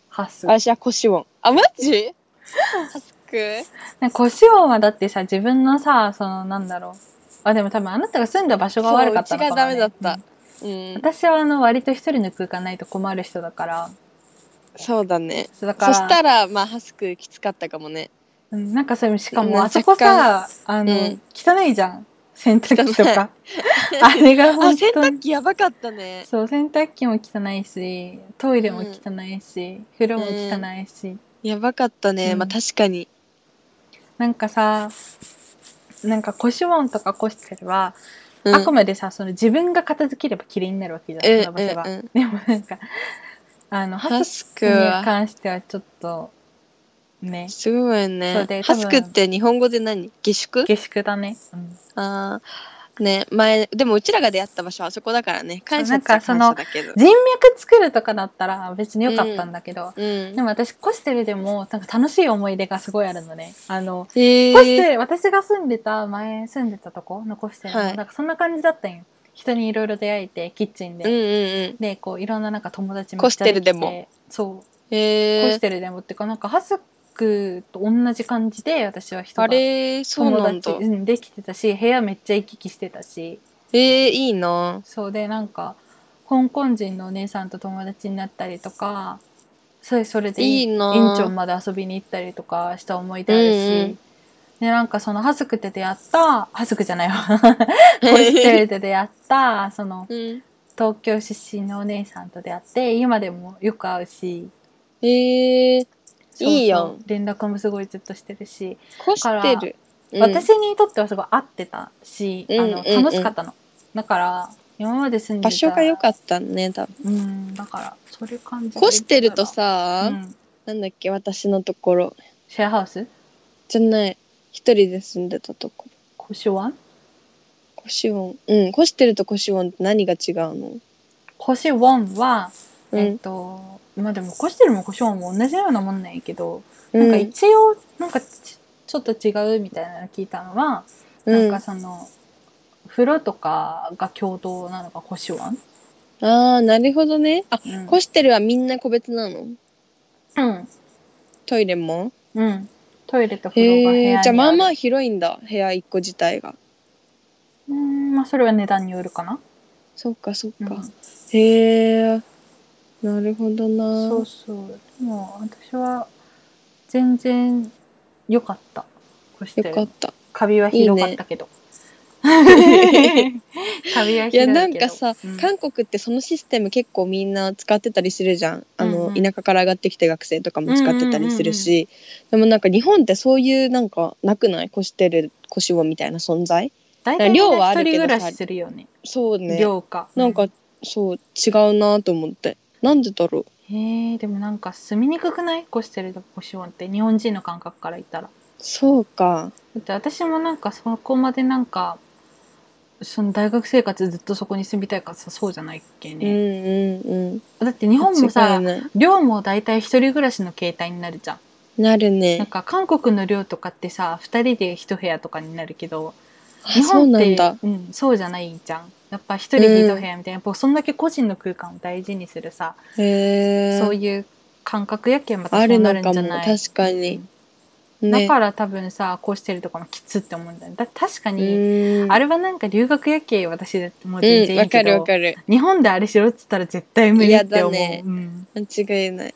A: ハス
B: 私はコシウォンあマジハスク
A: なんかコシオンはだってさ自分のさそのなんだろうあでも多分あなたが住んだ場所が悪かったのかな、ね、
B: そううちがダメだった
A: うん
B: うん
A: 私はあの割と一人の空間ないと困る人だから
B: そうだね
A: そうだか
B: そ
A: ら
B: したらまあハスクきつかったかもね
A: うんなんかそれしか
B: うん
A: もあそこさあの、
B: うん
A: 汚いじゃん洗濯機とか あれが
B: あ
A: 本
B: 洗
A: 当に
B: 濯機やばかったね
A: そう洗濯機も汚いしトイレも汚いし、風呂も汚いし、
B: やばかったね、
A: うん
B: まあ確かに
A: なんかさなんかコシュウォンとかコシツェは、
B: うん
A: あくまでさその自分が片付ければ綺麗になるわけじゃん、その場所が、
B: うんうんうん
A: でもなんかあの
B: ハ
A: ハス
B: ス
A: ク
B: ク
A: に
B: は
A: 関してはちょっとね
B: すごい
A: そ
B: よ
A: う
B: ね
A: で
B: ハスク
A: 多
B: っ
A: 分
B: て日本語で何下宿
A: 下宿だね、うん
B: あーね前でもうちらが出会った場所はあそこだからね感謝っちゃ
A: そう
B: 感
A: な
B: 謝
A: ん
B: だけど
A: 人脈作るとかだったら別によかったんだけど、
B: う
A: で
B: ん
A: も私コシュテルでもなんか楽しい思い出がすごいあるのねあの
B: へ
A: コシュ
B: ー
A: テル私が住んでた前住んでたとこのコシュテルも、
B: はい
A: なんかそんな感じだったんよ人にいろいろ出会えてキッチンで、
B: うんうんうん
A: でこういろんななんか友達
B: コシテルでも
A: めっちゃできてそうコ
B: へ
A: シ
B: え
A: テルでもっていうかなんかハスクと同じ感じで私は人
B: あ
A: が
B: れそう
A: 友
B: なん
A: 達
B: だ
A: うできてたし部屋めっちゃ行き来してたし
B: えー、いいな
A: そうでなんか香港人のお姉さんと友達になったりとかそれそれで
B: いい
A: 院
B: な
A: 長まで遊びに行ったりとかした思い出あるし、
B: うんうん
A: でなんかそのハスクで出会ったハスクじゃない わコシテルで出会ったその
B: うん
A: 東京出身のお姉さんと出会って今でもよく会うし
B: へえ
A: そうそう
B: いいやん
A: 連絡もすごいずっとしてるし、
B: コシテルうん
A: 私にとってはすごい合ってたし、
B: うん
A: あ
B: うんう
A: の
B: ん
A: 楽しかったの、だから今まで住んでた
B: 場所が良かったね多分
A: うんだからそれ感じ
B: コシテルと
A: う
B: さ、
A: ん、
B: なんだっけ私のところ
A: シェアハウス
B: じゃない一人で住んでたとこ
A: コシュワン
B: コシウォンうんコシテルとコシウォンって何が違うの
A: コシウォンは、
B: うん
A: えっとまあでもコシテルもコシュワンも同じようなもんなんやけど、
B: う
A: なんか
B: ん
A: 一応なんかちちょっと違うみたいなの聞いたのは、なんかその風呂とかが共同なのがコシュワン、
B: うん、ああなるほどねあ
A: うん、
B: コシテルはみんな個別なの
A: うん
B: トイレも
A: うん。トイレと風呂が部屋
B: へ
A: に
B: え
A: ある。
B: じゃあまあま
A: あ。
B: あ広いんだ部屋一個自体が
A: うん、まあそれは値段によるかな。
B: そっかそっ
A: うん
B: か、へえなるほどな
A: そうそう。でも私は全然良かった。こうして
B: よかった
A: カビは広かったけど。 カビはい広
B: や
A: いけど。
B: なんかさ、
A: うん
B: 韓国ってそのシステム結構みんな使ってたりするじゃんあの、
A: うんうん
B: 田舎から上がってきて学生とかも使ってたりするし、でもなんか日本ってそういうなんかなくないコシテルコシウォンみたいな存在
A: 大体みん
B: 寮は
A: な
B: あ
A: 一
B: る
A: 人
B: けど
A: 暮
B: さ
A: らしするよね。
B: そうね
A: 寮か。
B: なんか、そう違うなと思ってなんでだろう
A: へえでもなんか住みにくくないコシテルとコシオンって日本人の感覚から言ったら
B: そうか
A: だって私もなんかそこまでなんかその大学生活ずっとそこに住みたいからさそうじゃないっけ
B: うん
A: ね、
B: うんうん
A: だって日本も
B: 間違
A: さ
B: いない
A: 寮も大体一人暮らしの形態になるじゃん
B: なる
A: なん
B: ね
A: か韓国の寮とかってさ2人で1部屋とかになるけど
B: あそうなんだ
A: そう,、ん、そうじゃないじゃんやっぱ1人で1部屋みたいな、やっぱそんだけ個人の空間を大事にするさ、
B: へえ
A: そういう感覚やけんまた
B: あ
A: そ
B: る
A: うな
B: の
A: るん
B: か
A: じゃ
B: も
A: ない
B: 確かに、ね
A: だから多分さこうしてるとかもきつって思うんだよねだ確かに、
B: うん
A: あれはなんか留学やけ私だってもう全
B: うん
A: 然い
B: わ
A: いけ
B: か
A: ど、
B: るわかる
A: 日本であれしろっつったら絶対無理って思う、
B: 嫌だね
A: うん、
B: 間違いない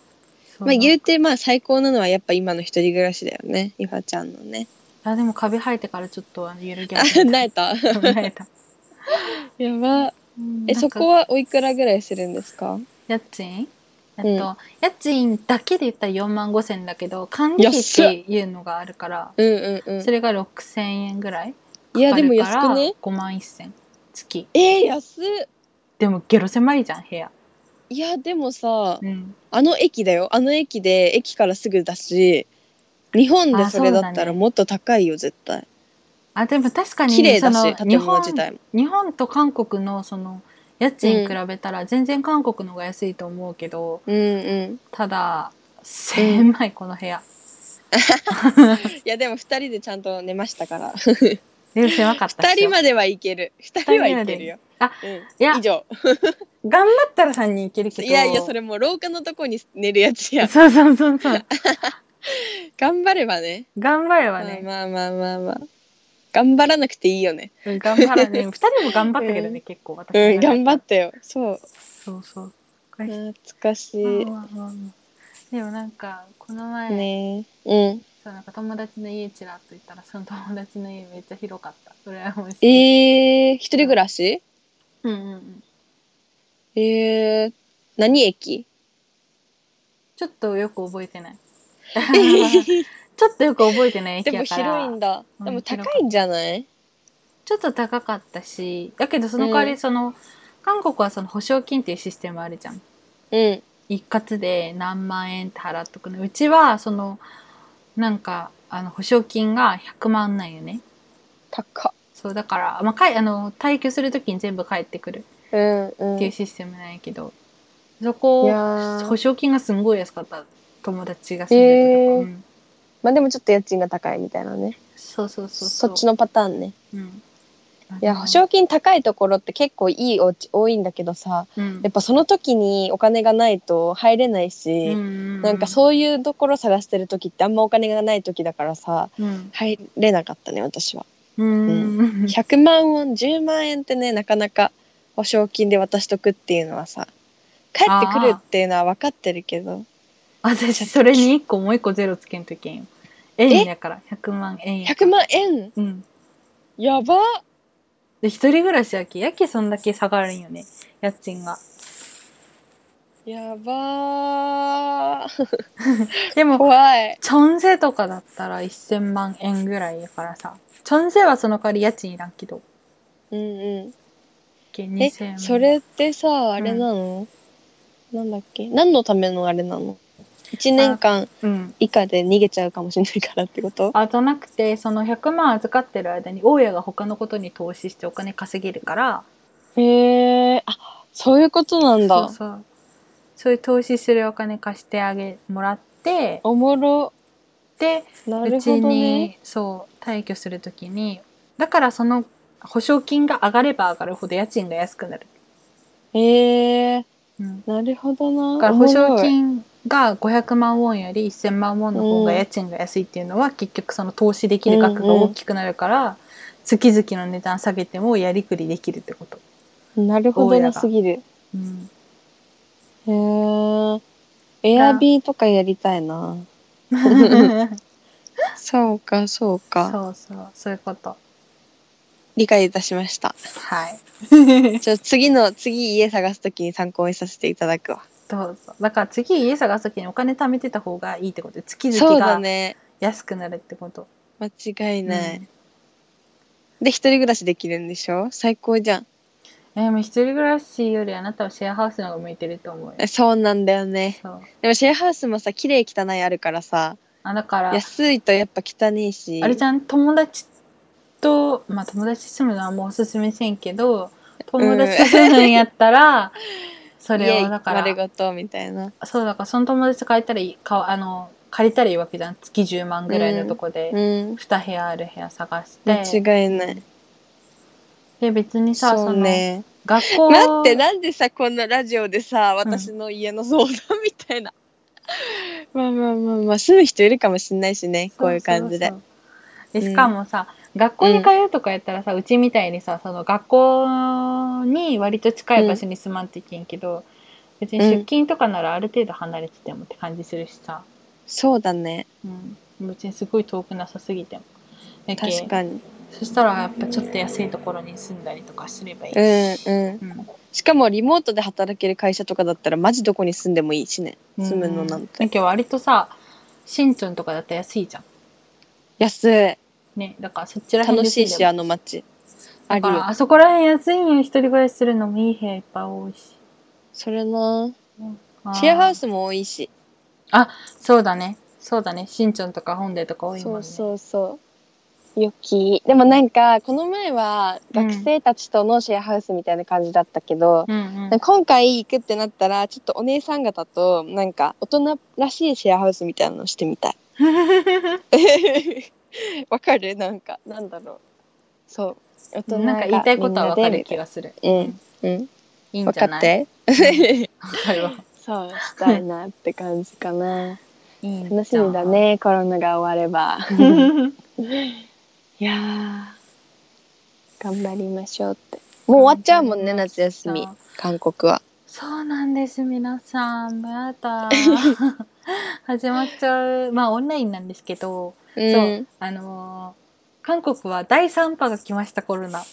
A: そう
B: まあ言うてまあ最高なのはやっぱ今の一人暮らしだよねゆはちゃんのね
A: あでもカビ生えてからちょっとあの揺るぎ
B: あ
A: 始
B: な
A: め
B: えた
A: た慣れた
B: やば
A: うん
B: え
A: なんか
B: そこはおいくらぐらいするんですか
A: 家賃えっと、
B: うん
A: 家賃だけで言ったら4万5千だけど管理費っていうのがあるから
B: うんうんう
A: それが6千円ぐらい
B: んいやでも
A: かか
B: 安
A: る
B: く
A: から
B: ね
A: 5万1千月
B: えー、安っ
A: でもゲロ狭いじゃん部屋
B: いやでもさ
A: うん
B: あの駅だよあの駅で駅からすぐだし日本でそれだっ
A: あそう
B: た
A: だ
B: ら
A: ね
B: もっと高いよ絶対
A: あでも確かに
B: 綺麗だ
A: そ
B: し
A: の
B: 建物自体も
A: 日本日本と韓国のその家賃比べたら全然韓国の方が安いと思うけど、
B: うんうん
A: ただ狭いこの部屋、
B: いやでも二人でちゃんと寝ましたから
A: で狭かった
B: 二
A: っしょ
B: 人まではいける二人はいけるよ
A: あ、
B: う
A: いや
B: ん、以上
A: 頑張ったら3人いけるけど
B: いやいやそれもう廊下のとこに寝るやつや
A: そうそうそうそう
B: 頑張ればね
A: 頑張ればね、
B: まあまあまあまあまあ頑張らなくていいよね
A: うん頑張 らね二人も頑張ったけどね、
B: うん
A: 結構私
B: うん頑張
A: っ
B: ったよそう
A: そうそう
B: 懐かし
A: うん
B: い
A: うんでもなんかこの前、
B: ねうん
A: そうなんか友達の家ちらっと行ったらその友達の家めっちゃ広かったそれはもう
B: えー、一人暮らし
A: うんうんうん
B: えー、何 駅
A: ちょっとよく覚えてない ち
B: で
A: ょっとよく覚えてない駅
B: も
A: やから
B: 広いんだ
A: うん
B: でも高いんじゃない
A: ちょっと高かったしだけどその代わ
B: う
A: りその、韓国はその保証金っていうシステムあるじゃん
B: うん
A: 一括で何万円って払っとくのうちはそのなんかあの保証金が100万なんよね
B: 高っ
A: そうだから、まあ、かいあの退去するときに全部返ってくる
B: うんうん
A: っていうシステムなんやけど、そこ
B: いやー
A: 保証金がすんごい安かった友達が住んでたとこ、
B: へー
A: うん
B: まあでもちょっと家賃が高いみたいなね
A: そうそうそう
B: そっち
A: の、
B: のパターンね
A: うん、
B: いや保証金高いところって結構いいお家多いんだけどさ
A: うん
B: やっぱその時にお金がないと入れないし、
A: うん
B: なんかそういうところ探してる時ってあんまお金がない時だからさ
A: うん
B: 入れなかったね私は
A: うん、うん
B: 100万ウォン10万円ってねなかなか保証金で渡しとくっていうのはさ帰ってくるっていうのは分かってるけど
A: 私それに1個もう1個ゼロつけんといけんよ円やから100万円や
B: 100万円
A: うん
B: やば
A: で一人暮らしやけやけそんだけ下がるんよね家賃が
B: やばー
A: でも
B: 怖い
A: チョンセとかだったら1000万円ぐらいやからさチョンセはその代わり家賃いらんけど
B: うんうん
A: け
B: え
A: 2000万
B: それってさあれなの、なんだっけ何のためのあれなの1年間
A: うん
B: 以下で逃げちゃうかもしれないからってこと
A: あじゃなくてその100万預かってる間に大家が他のことに投資してお金稼げるから
B: へえあそういうことなんだ
A: そうそうそういう投資するお金貸してあげもらって
B: おもろ
A: で
B: な
A: う
B: る
A: ち
B: ほどね
A: にそう退去するときにだからその保証金が上がれば上がるほど家賃が安くなる、
B: へえ
A: うん、
B: なるほどな
A: だから保証
B: おもろい
A: 金が500万ウォンより1000万ウォンの方が家賃が安いっていうのは、結局その投資できる額が大きくなるから、月々の値段下げてもやりくりできるってこと、
B: なるほどなすぎる
A: うん、
B: へえエアビーとかやりたいなそうかそうか
A: そうそうそういうこと
B: 理解いたしま した
A: はい
B: じゃあ次の次家探すときに参考にさせていただくわ
A: どうぞだから次家探すときにお金貯めてた方がいいってことで月
B: そう
A: 々
B: だ
A: が
B: ね
A: 安くなるってこと
B: 間違いない、
A: うん
B: で一人暮らしできるんでしょ最高じゃん
A: えでも一人暮らしよりあなたはシェアハウスの方が向いてると思うよ。
B: そうなんだよね
A: そう。
B: でもシェアハウスもさ綺麗汚いあるからさ
A: あ、だから、
B: 安いとやっぱ汚いし
A: あれじゃん、友達と、まあ友達と住むのはもうおすすめせんけど、友達と住むんやったら、それ
B: 家
A: をだから、
B: 丸ごとみたいな
A: そうだからその友達と借りたらいいかあの借りたらいいわけじゃん月10万ぐらいのとこで
B: うん
A: 2部屋ある部屋探して、
B: 間違いない
A: で別にさ
B: そうね
A: その学校
B: 待ってなんでさこんなラジオでさ私の家の相談みたいな、 まあまあまあまあ住む人いるかもしんないしねこういう感じで
A: そうそうそうでしかもさ、学校に通うとかやったらさうちみたいにさその学校に割と近い場所に住まんといけんけど、別に出勤とかならある程度離れててもって感じするしさ、
B: そうだね
A: うん、別にすごい遠くなさすぎても。やけん
B: 確かに
A: そしたらやっぱちょっと安いところに住んだりとかすればいいし。
B: うんうん
A: うん
B: しかもリモートで働ける会社とかだったらマジどこに住んでもいいしね住むのなん
A: だ
B: て
A: けど割とさ新村とかだったら安いじゃん
B: 安い
A: ねだからそっちら辺
B: 楽
A: で
B: し
A: 住
B: い
A: んで
B: しあの街あ
A: だ
B: る
A: か
B: よ
A: らあそこら辺安いんよ一人暮らしするのもいい部屋いっぱい多いし
B: それな
A: あー
B: シェアハウスも多いし
A: そうだねそうだね新村とか本でとか多いもんね
B: そうそうそうよきでもなんかこの前は
A: うん
B: 学生たちとのシェアハウスみたいな感じだったけど、
A: うんうん
B: なんか今回行くってなったらちょっとお姉さん方となんか大人らしいシェアハウスみたいなのしてみ たいわかるなんかなんだろうそう大人が
A: なんか言いたいことはわかる気
B: が
A: がする
B: うんうん
A: いいん
B: 分
A: じゃ
B: か
A: な
B: っ
A: い
B: て
A: わかるわ
B: そうしたいなって感じかな
A: いいんじゃん
B: 楽しみだねコロナが終わればいやー頑張りましょうってもう終わっちゃうもんね夏休み韓国は
A: そうなんです皆さんま た始まっちゃうまあオンラインなんですけど
B: うん
A: そうあのー韓国は第3波が来ましたコロナ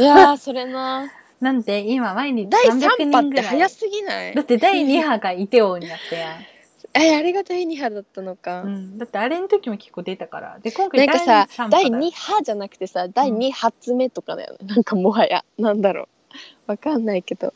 B: いやーそれな
A: なんで今毎日
B: 第
A: 300
B: 3波
A: 人
B: っ
A: ぐ
B: て
A: らい
B: 早すぎない
A: だって第2波がイテオンやったやん、
B: えあれが第2波だったの か、
A: うん、だってあれの時も結構出たからで今
B: な
A: 回
B: んかさ
A: 3波だ
B: 第2波じゃなくてさ第2発目とかだよね、なんかもはやなんだろうわかんないけど、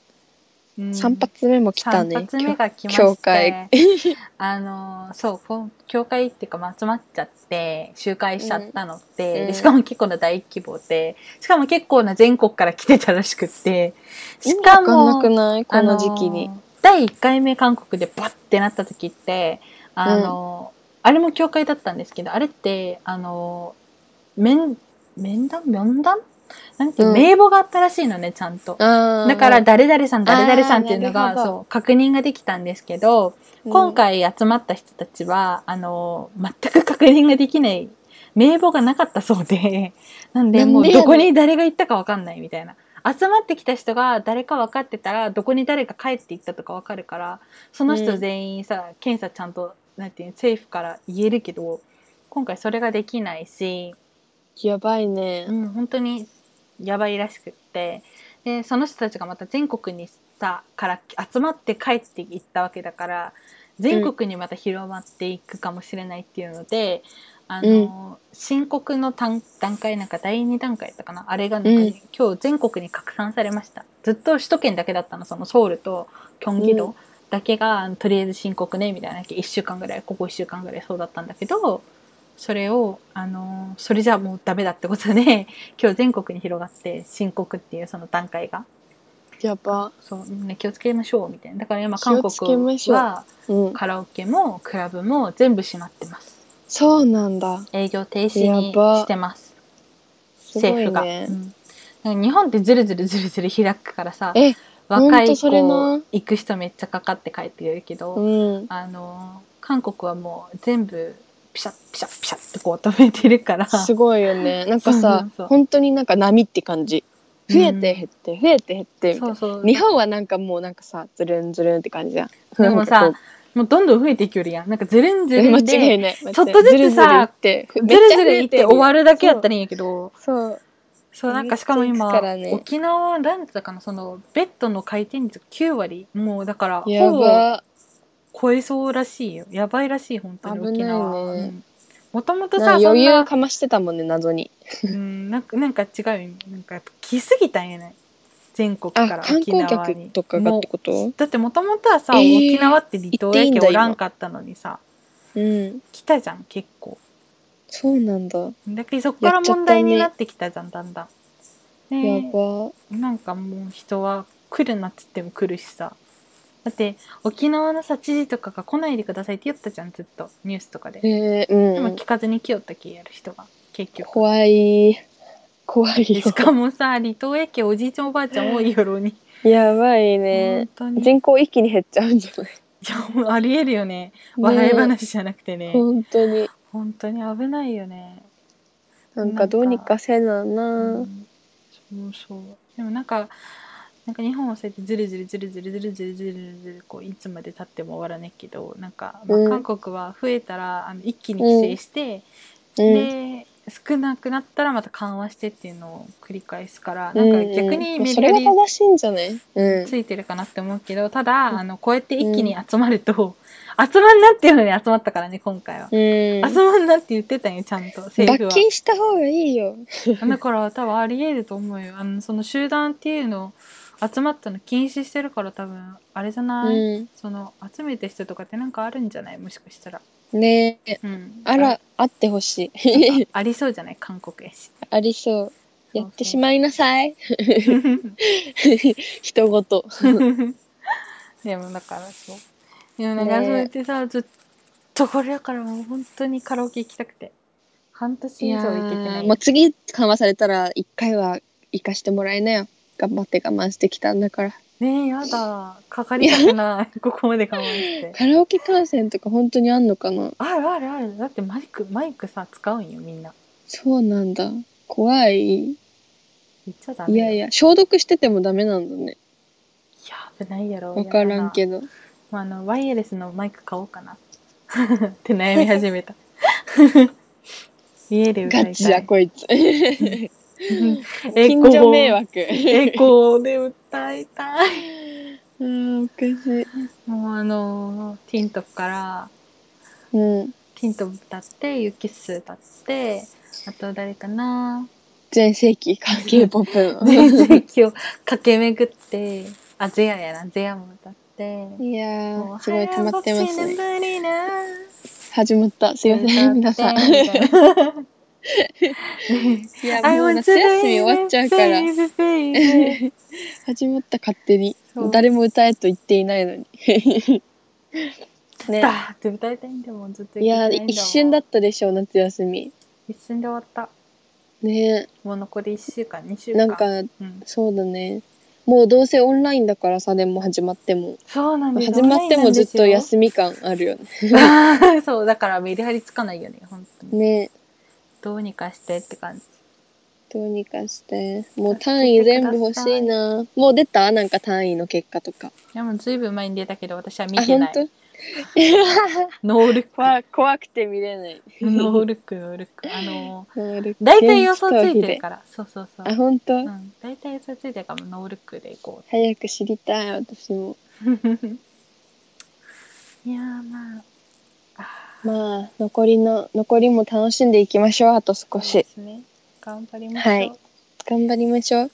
A: うん
B: 3発目も来たね
A: 三発目が来まして
B: 教会
A: あのーそうこん教会っていうかまあ集まっちゃって集会しちゃったのって、
B: うん
A: でしかも結構な大規模でしかも結構な全国から来てたらしくってしか
B: わ
A: も
B: かんなくないこの時期に、
A: あのー第1回目韓国でバッてなった時ってあのー、あれも教会だったんですけどあれってあのー面面談面談なんて、
B: うん
A: 名簿があったらしいのねちゃんと。
B: あー
A: だから誰々さん誰々さんっていうの
B: あー
A: が
B: なるほど
A: そう確認ができたんですけど、
B: うん
A: 今回集まった人たちは、あの、全く確認ができない、名簿がなかったそうで、 なんで、
B: なんで
A: もう
B: やねん
A: どこに誰が行ったかわかんないみたいな。集まってきた人が誰か分かってたら、どこに誰が帰って行ったとかわかるから、その人全員さ、検査ちゃんと、なんていうの政府から言えるけど、今回それができないし、
B: やばいね、
A: うん、本当にやばいらしくってでその人たちがまた全国にさから集まって帰っていったわけだから全国にまた広まっていくかもしれないっていうので、あの申告の段段階なんか第2段階だったかなあれがなんか、
B: うん
A: 今日全国に拡散されましたずっと首都圏だけだったのそのソウルとキョンギ
B: う
A: ドだけが、あのとりあえず申告ねみたいな1週間ぐらいここ1週間ぐらいそうだったんだけどそれを、あのーそれじゃもうダメだってこと で今日全国に広がって申告っていうその段階が
B: やば
A: そう、ね、気をつけましょうみたいなだから今韓
B: 気をつけま
A: 国
B: しょう
A: は
B: うん
A: カラオケもクラブも全部閉まってます
B: そうなんだ
A: 営業停止に
B: やば
A: してます
B: すごいね
A: 政府が、うん、だから日本ってずるずるずるずる開くからさ
B: え
A: 若
B: ほん
A: い
B: とそれな
A: 子行く人めっちゃかかって帰ってくるけど、
B: うん
A: あのー韓国はもう全部ピシャッピシャッピシャッってこう止めてるから
B: すごいよ ねなんか
A: そうそ
B: さ
A: うそう
B: 本当になんか波って感じ増えて減って、増えて減ってみたいな
A: そうそう
B: 日本はなんかもうなんかさズルンズルンって感じじゃん
A: でもさ
B: なんかこ
A: もうどんどん増えていくよりやん。なんかずるんず
B: う
A: る
B: 間
A: ん
B: 違
A: で、
B: いない間違いない
A: ちょっとずつさ
B: ず
A: ず
B: るずるいってめ
A: る
B: っちゃ
A: ず
B: 増
A: る
B: え
A: いってて
B: る
A: 終わるだけやったらいいんやけど、
B: そう
A: そう、なんかしかも今、
B: めっちゃ行くからね
A: 沖縄なんてたかな、その、ベッドの回転率9割、もうだから、
B: や
A: ほぼ
B: ば
A: 超えそうらしいよ。やばいらしい、本当に
B: 危ないね
A: 沖縄は。もともと
B: な
A: さ、
B: ん
A: そ
B: か余
A: ん
B: 裕
A: な、
B: かましてたもんね謎に
A: うん、なんかなんか違うよ。なんかやっぱ来すぎたんやない。全国か
B: あ
A: ら
B: 観
A: 沖
B: 光
A: 縄
B: 客
A: に
B: とかがってこと
A: だってもともとはさ、
B: えー
A: 沖縄って離島やけおらんかったのにさ
B: うん
A: 来たじゃん結構
B: そうなんだ、
A: だけどそこから問題になってきたじゃんだんだん
B: や
A: ね
B: ば
A: なんかもう人は来るなっつっても来るしさだって沖縄のさ知事とかが来ないでくださいって言ったじゃんずっとニュースとかで、
B: えー、
A: で
B: う
A: も
B: ん
A: 聞かずに来よったけやる人が結局
B: 怖い怖い
A: で
B: よ
A: しかもさ離島やけおじいちゃんおばあちゃん多いよろに
B: やばいね、
A: 本当に
B: 人口一気に減っちゃうんじゃない
A: いやもうありえるよね笑い
B: ね
A: 話じゃなくてね
B: え本当に
A: 本当に危ないよね
B: なんかどうにかせなな、
A: うんそうそうでもなんかなんか日本はそうやってずるずるずるずるずるずるずるずるこういつまで経っても終わらないけどなんか、ま
B: う
A: あ、
B: ん
A: 韓国は増えたら、あの一気に規制して、
B: うん
A: で少なくなったらまた緩和してっていうのを繰り返すから、
B: うん
A: なんか逆に
B: まあ
A: メ
B: そ
A: リハ
B: れが
A: リ
B: 正しいんじゃないうん
A: ついてるかなって思うけどただ、
B: うん
A: あのこうやって一気に集まると、 集まんなっていうのに集まったからね今回は。
B: うん
A: 集まんなって言ってたんよちゃんと政府
B: 罰
A: は。
B: 金した方がいいよ
A: だから多分ありえると思うよあのその集団っていうの集まったの禁止してるから多分あれじゃない、
B: う
A: その集めた人とかってなんかあるんじゃないもしかしたら、
B: んねえ
A: うん、
B: あらあってほし
A: あ
B: い
A: なんかありそうじゃない韓国やし
B: ありそうやってし
A: う
B: まいなさい
A: そう
B: 人ごと
A: でもだからそうでもなんかそうやってさ、ずっとこれだからもう本当にカラオケ行きたくて半年以上行けてない
B: もう次緩和されたら一回は行かしてもらえなよ頑張って我慢してきたんだから
A: ねえやだかかりたくない ここまで我慢して
B: カラオケ観戦とか本当にあんのかな
A: あるあるあるだってマイクマイクさ使うんよみんな
B: そうなんだ怖いい
A: 言っちゃダメ
B: やいや消毒しててもダメなんだね
A: いや危ないやろ
B: 分からん
A: ど、
B: けど
A: まあ、あのワイヤレスのマイク買おうかな って悩み始め た家で歌い
B: ガ
A: たい
B: チだこいつ
A: エ
B: 近所迷惑
A: エコーで歌いたい
B: うんおかしい
A: もうあのティントフから
B: うん
A: ティントフ歌ってユキッス歌ってあと誰か な
B: 全盛期関係ポップの
A: 全盛期を駆け巡ってあゼアやなゼアも歌って
B: いや
A: も
B: ー
A: う
B: すごい溜まってますね
A: 早ぼち眠りな
B: 始まったすいません皆 さんいやもう夏休み終わっちゃうから
A: ら。
B: 始まった勝手に
A: そう
B: 誰も歌えと言っていないのに ね
A: だって歌いたいんだもん、ずっと
B: いや
A: 生きてないんだもん
B: 一瞬だったでしょ夏休み
A: 一瞬で終わった。
B: ね
A: もう残り1週間、2週間。
B: なんか
A: うん、
B: そうだねもうどうせオンラインだからさでも始まっても
A: そうなんです
B: 始まってもずっと
A: み。
B: 休み感あるよね
A: そう、だからメリハリつかないよね、本当に。
B: ね
A: どうにかしてって感じ。
B: どうにかしてもう単位全部欲しいなもう出たなんか単位の結果とか
A: いや、もうずいぶん前に出たけど、私は見
B: あ
A: てな
B: 本
A: い
B: 当。
A: ノールック。
B: 怖怖くて見れない
A: ノールック、ノールック。あの
B: だ
A: 大体予想ついてるから。そうそうそう。
B: あ本当、
A: うん、大体予想ついてるから、もうノールックでいこう。
B: 早く知りたい私も
A: いやーまああ
B: まあ残りの残りも楽しんでいきましょうあと
A: ー
B: 少
A: そうで
B: し
A: すね頑張りましょう、
B: はい頑張りましょう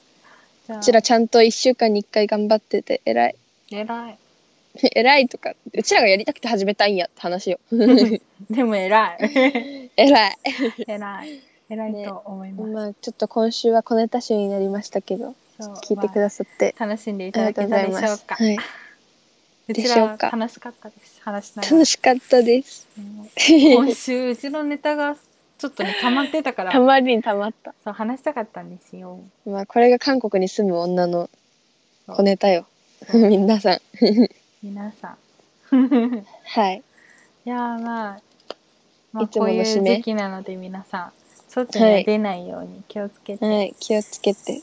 A: じゃあ
B: うちらちゃんと1週間に1回頑張ってて偉い
A: 偉い
B: 偉いとかうちらがやりたくて始めたいんやって話よ
A: でも偉い
B: 偉い
A: 偉い偉いと思います、
B: まあちょっと今週は小ネタ集になりましたけど
A: そう
B: 聞いてくださって、
A: まあ楽しんでい
B: あ
A: た
B: り
A: だ
B: がと
A: け
B: うござ
A: た
B: い
A: でしょ
B: ま
A: う
B: す
A: か
B: はいうで
A: ち
B: しょ
A: ら
B: うか
A: 楽しかったです話しながら
B: 楽しかったです
A: うん今週うちのネタがちょっとね溜まってたか
B: た
A: ら
B: まりにたまった
A: そう話したかったんですよ
B: まあこれが韓国に住む女の小ネタよ
A: そう
B: 皆さん
A: 皆さん
B: はい
A: いやーまあ、まあ、
B: いつ
A: こう
B: もの
A: いう
B: 締め
A: 時期なので皆さん外には出ないように気をつけて、
B: はい、気をつけ て。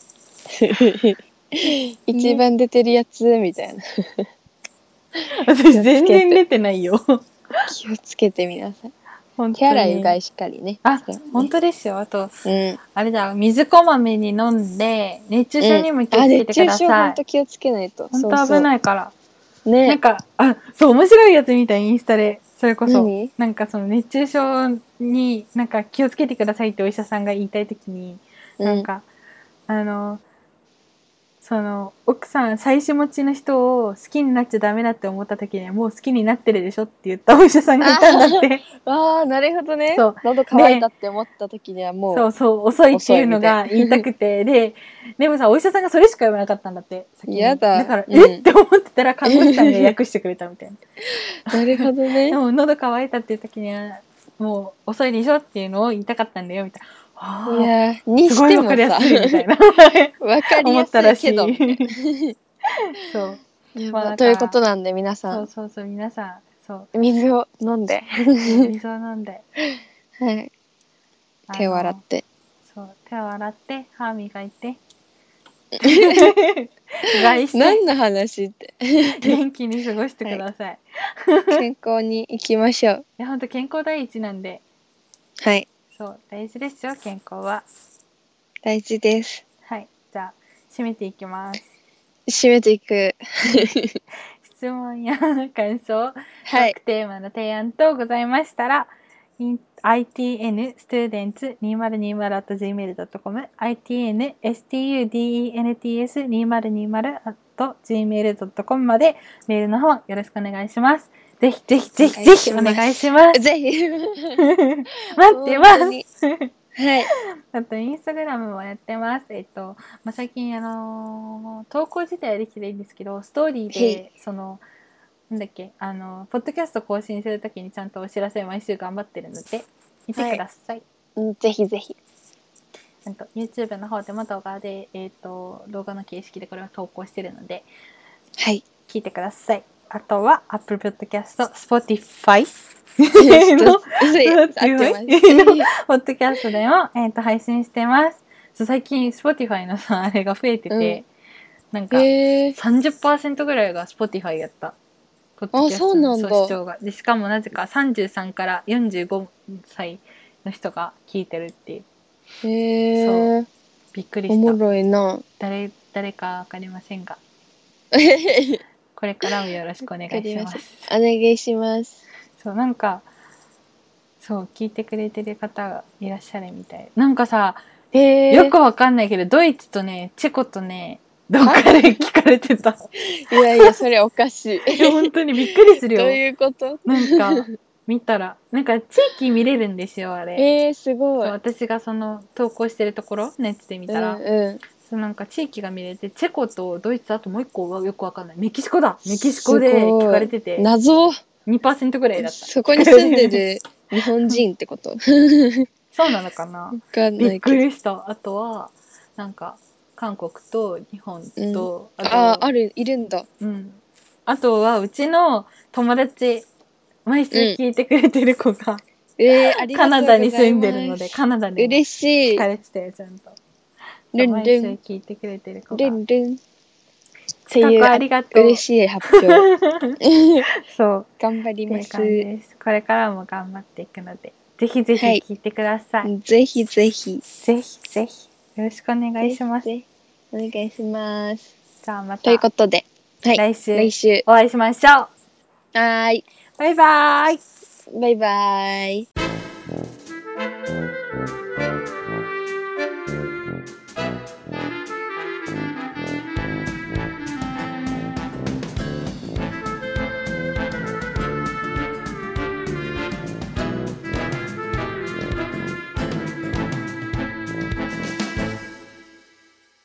B: 一番出てるやつみたいな。
A: 私全然出てないよ
B: 気をつけて皆さん。
A: 本当
B: 手
A: に
B: 洗いうがいしっかりね。
A: あ
B: そうね
A: 本当ですよあと
B: うん。
A: あれだ水こまめに飲んで熱中症にも気を
B: あ、
A: つけて
B: 熱
A: く
B: 中
A: だ
B: 症
A: さい
B: 本、当気をつけないと。
A: 本当危
B: い。
A: ないからなん
B: ね。
A: かあそう面白いやつみたいインスタでそれこそ
B: 何
A: なんかその熱中症になんか気をつけてくださいってお医者さんが言いたい時に
B: う
A: なんん。か、あの、その奥さん妻子持ちの人を好きになっちゃダメだって思った時にはもう好きになってるでしょって言ったお医者さんがいたんだって
B: わあなるほどね
A: そう
B: 喉乾いたって思った時にはもう、
A: そうそう遅いっていうのが
B: 遅いみた
A: 言
B: い
A: いたくてででもさお医者さんがそれしか言わなかったんだって先に
B: やだ
A: だから、
B: うん
A: えって思ってたら看護師さんが訳してくれたみたいな
B: なるほど
A: で
B: ね
A: も喉乾いたっていう時にはもう遅いでしょっていうのを言いたかったんだよみたい
B: い
A: なあ
B: やー
A: ー
B: に
A: す
B: し
A: ごい
B: て
A: わ
B: も
A: かりや
B: さ
A: すいみたいな
B: わかり
A: 思
B: や
A: ったらし
B: すい
A: い
B: けど
A: そう
B: や
A: まあ
B: ば
A: だから
B: ということなんで皆
A: そ
B: さ
A: うんそうそう皆さん そう
B: 水を飲んで、
A: 水を飲んで
B: はい、手を洗
A: あ
B: っ
A: の
B: て
A: そう手を洗って歯磨い てうがいして
B: 何の話って
A: 元気に過ごしてください、い、
B: 健康に行きましょう
A: やほんと健康第一なんで
B: はい
A: そう大事ですよ健康は
B: 大事です
A: はいじゃあ締めていきます
B: 締めていく
A: 質問や感想、
B: は
A: トー
B: い
A: クテーマの提案等ございましたら itnstudents2020.gmail.com itnstudents2020.gmail.com までメールの方よろしくお願いします。ぜひぜひぜひぜひお
B: お
A: 願
B: 願
A: いします。
B: ぜひ
A: 待ってま
B: 本当
A: す
B: に。はい
A: あと、インスタグラムもやってます。えっと、まあ、最近、あのー投稿自体はできてないいんですけど、ストーリー
B: へい
A: で、その、なんだっけ、あの、ポッドキャスト更新するときにちゃんとお知らせ毎週頑張ってるので、見てください。
B: うんぜひぜひ
A: なんと YouTube の方でも動画で、えっ、と、動画の形式でこれを投稿してるので、
B: はい
A: 聞いてください。あとは、Apple Podcast、Spotify
B: ちょ
A: の
B: っと合ってます
A: ポッドキャストでも、えっと配信してます。そう最近 Spotify のさあれが増えてて、なんか
B: えー、
A: 30%ぐらいが Spotify やった。ポッドキャス
B: あそ
A: ト
B: うなんだ
A: の視聴がでしかもなぜか33から45歳の人が聞いてるっていう
B: えー、
A: びっくり
B: お
A: し
B: も
A: た
B: ろいな
A: 誰誰かわかりませんがこれからもよろしくお願いし
B: わ
A: ま
B: かります お願いします
A: そうなんかそう聞いてくれてる方がいらっしゃるみたいなんかさ
B: えー、
A: よくわかんないけど、ドイツとね、チェコとね、どっかで聞かれてた。
B: いやいやそれおかしい
A: いや、本当にびっくりする
B: どう
A: よ。
B: いうこと
A: なんか、見たら。なんか、地域見れるんですよ、あれ。
B: えー、す
A: そ
B: ご
A: う
B: い
A: 私がその、投稿してるところのやつで見たら、
B: うんうん、
A: そうなんか地域が見れて、チェコとドイツ、あともう一個はよくわかんない。メキシコだメキシコです
B: ごい
A: 聞かれてて、
B: 謎
A: 2%ぐらいだった。
B: そこに住んで る日本人ってことわ
A: そうなのかな
B: かんな
A: びっ
B: い
A: く
B: けど
A: りした。あとは、なんか、韓国と日本と、あと
B: ああるいるんだ
A: うん、あとはうちの友達毎週聞いてくれてる子が、
B: えー、あり
A: カ
B: がとうござ
A: ナ
B: います
A: ダに住んでるのでカナダに
B: 嬉しい
A: 聞かれてたよちゃんと
B: ルン
A: 毎
B: ル
A: 週
B: ン
A: 聞いてくれてる子
B: ル
A: が
B: ンルンって
A: 企
B: いう
A: 画ありがとう
B: 嬉しい発 表
A: そう
B: 頑張り
A: って
B: ま
A: いう感じ
B: す
A: ですこれからも頑張っていくのでぜひぜひ
B: はい
A: 聞いてください、
B: ぜひぜひ
A: ぜひぜひよろしくお願いします
B: ぜひお願いします
A: じゃあまた
B: ということではい
A: 来週
B: 来週
A: お会いしましょう
B: はーい
A: バイバーイ
B: バイバイ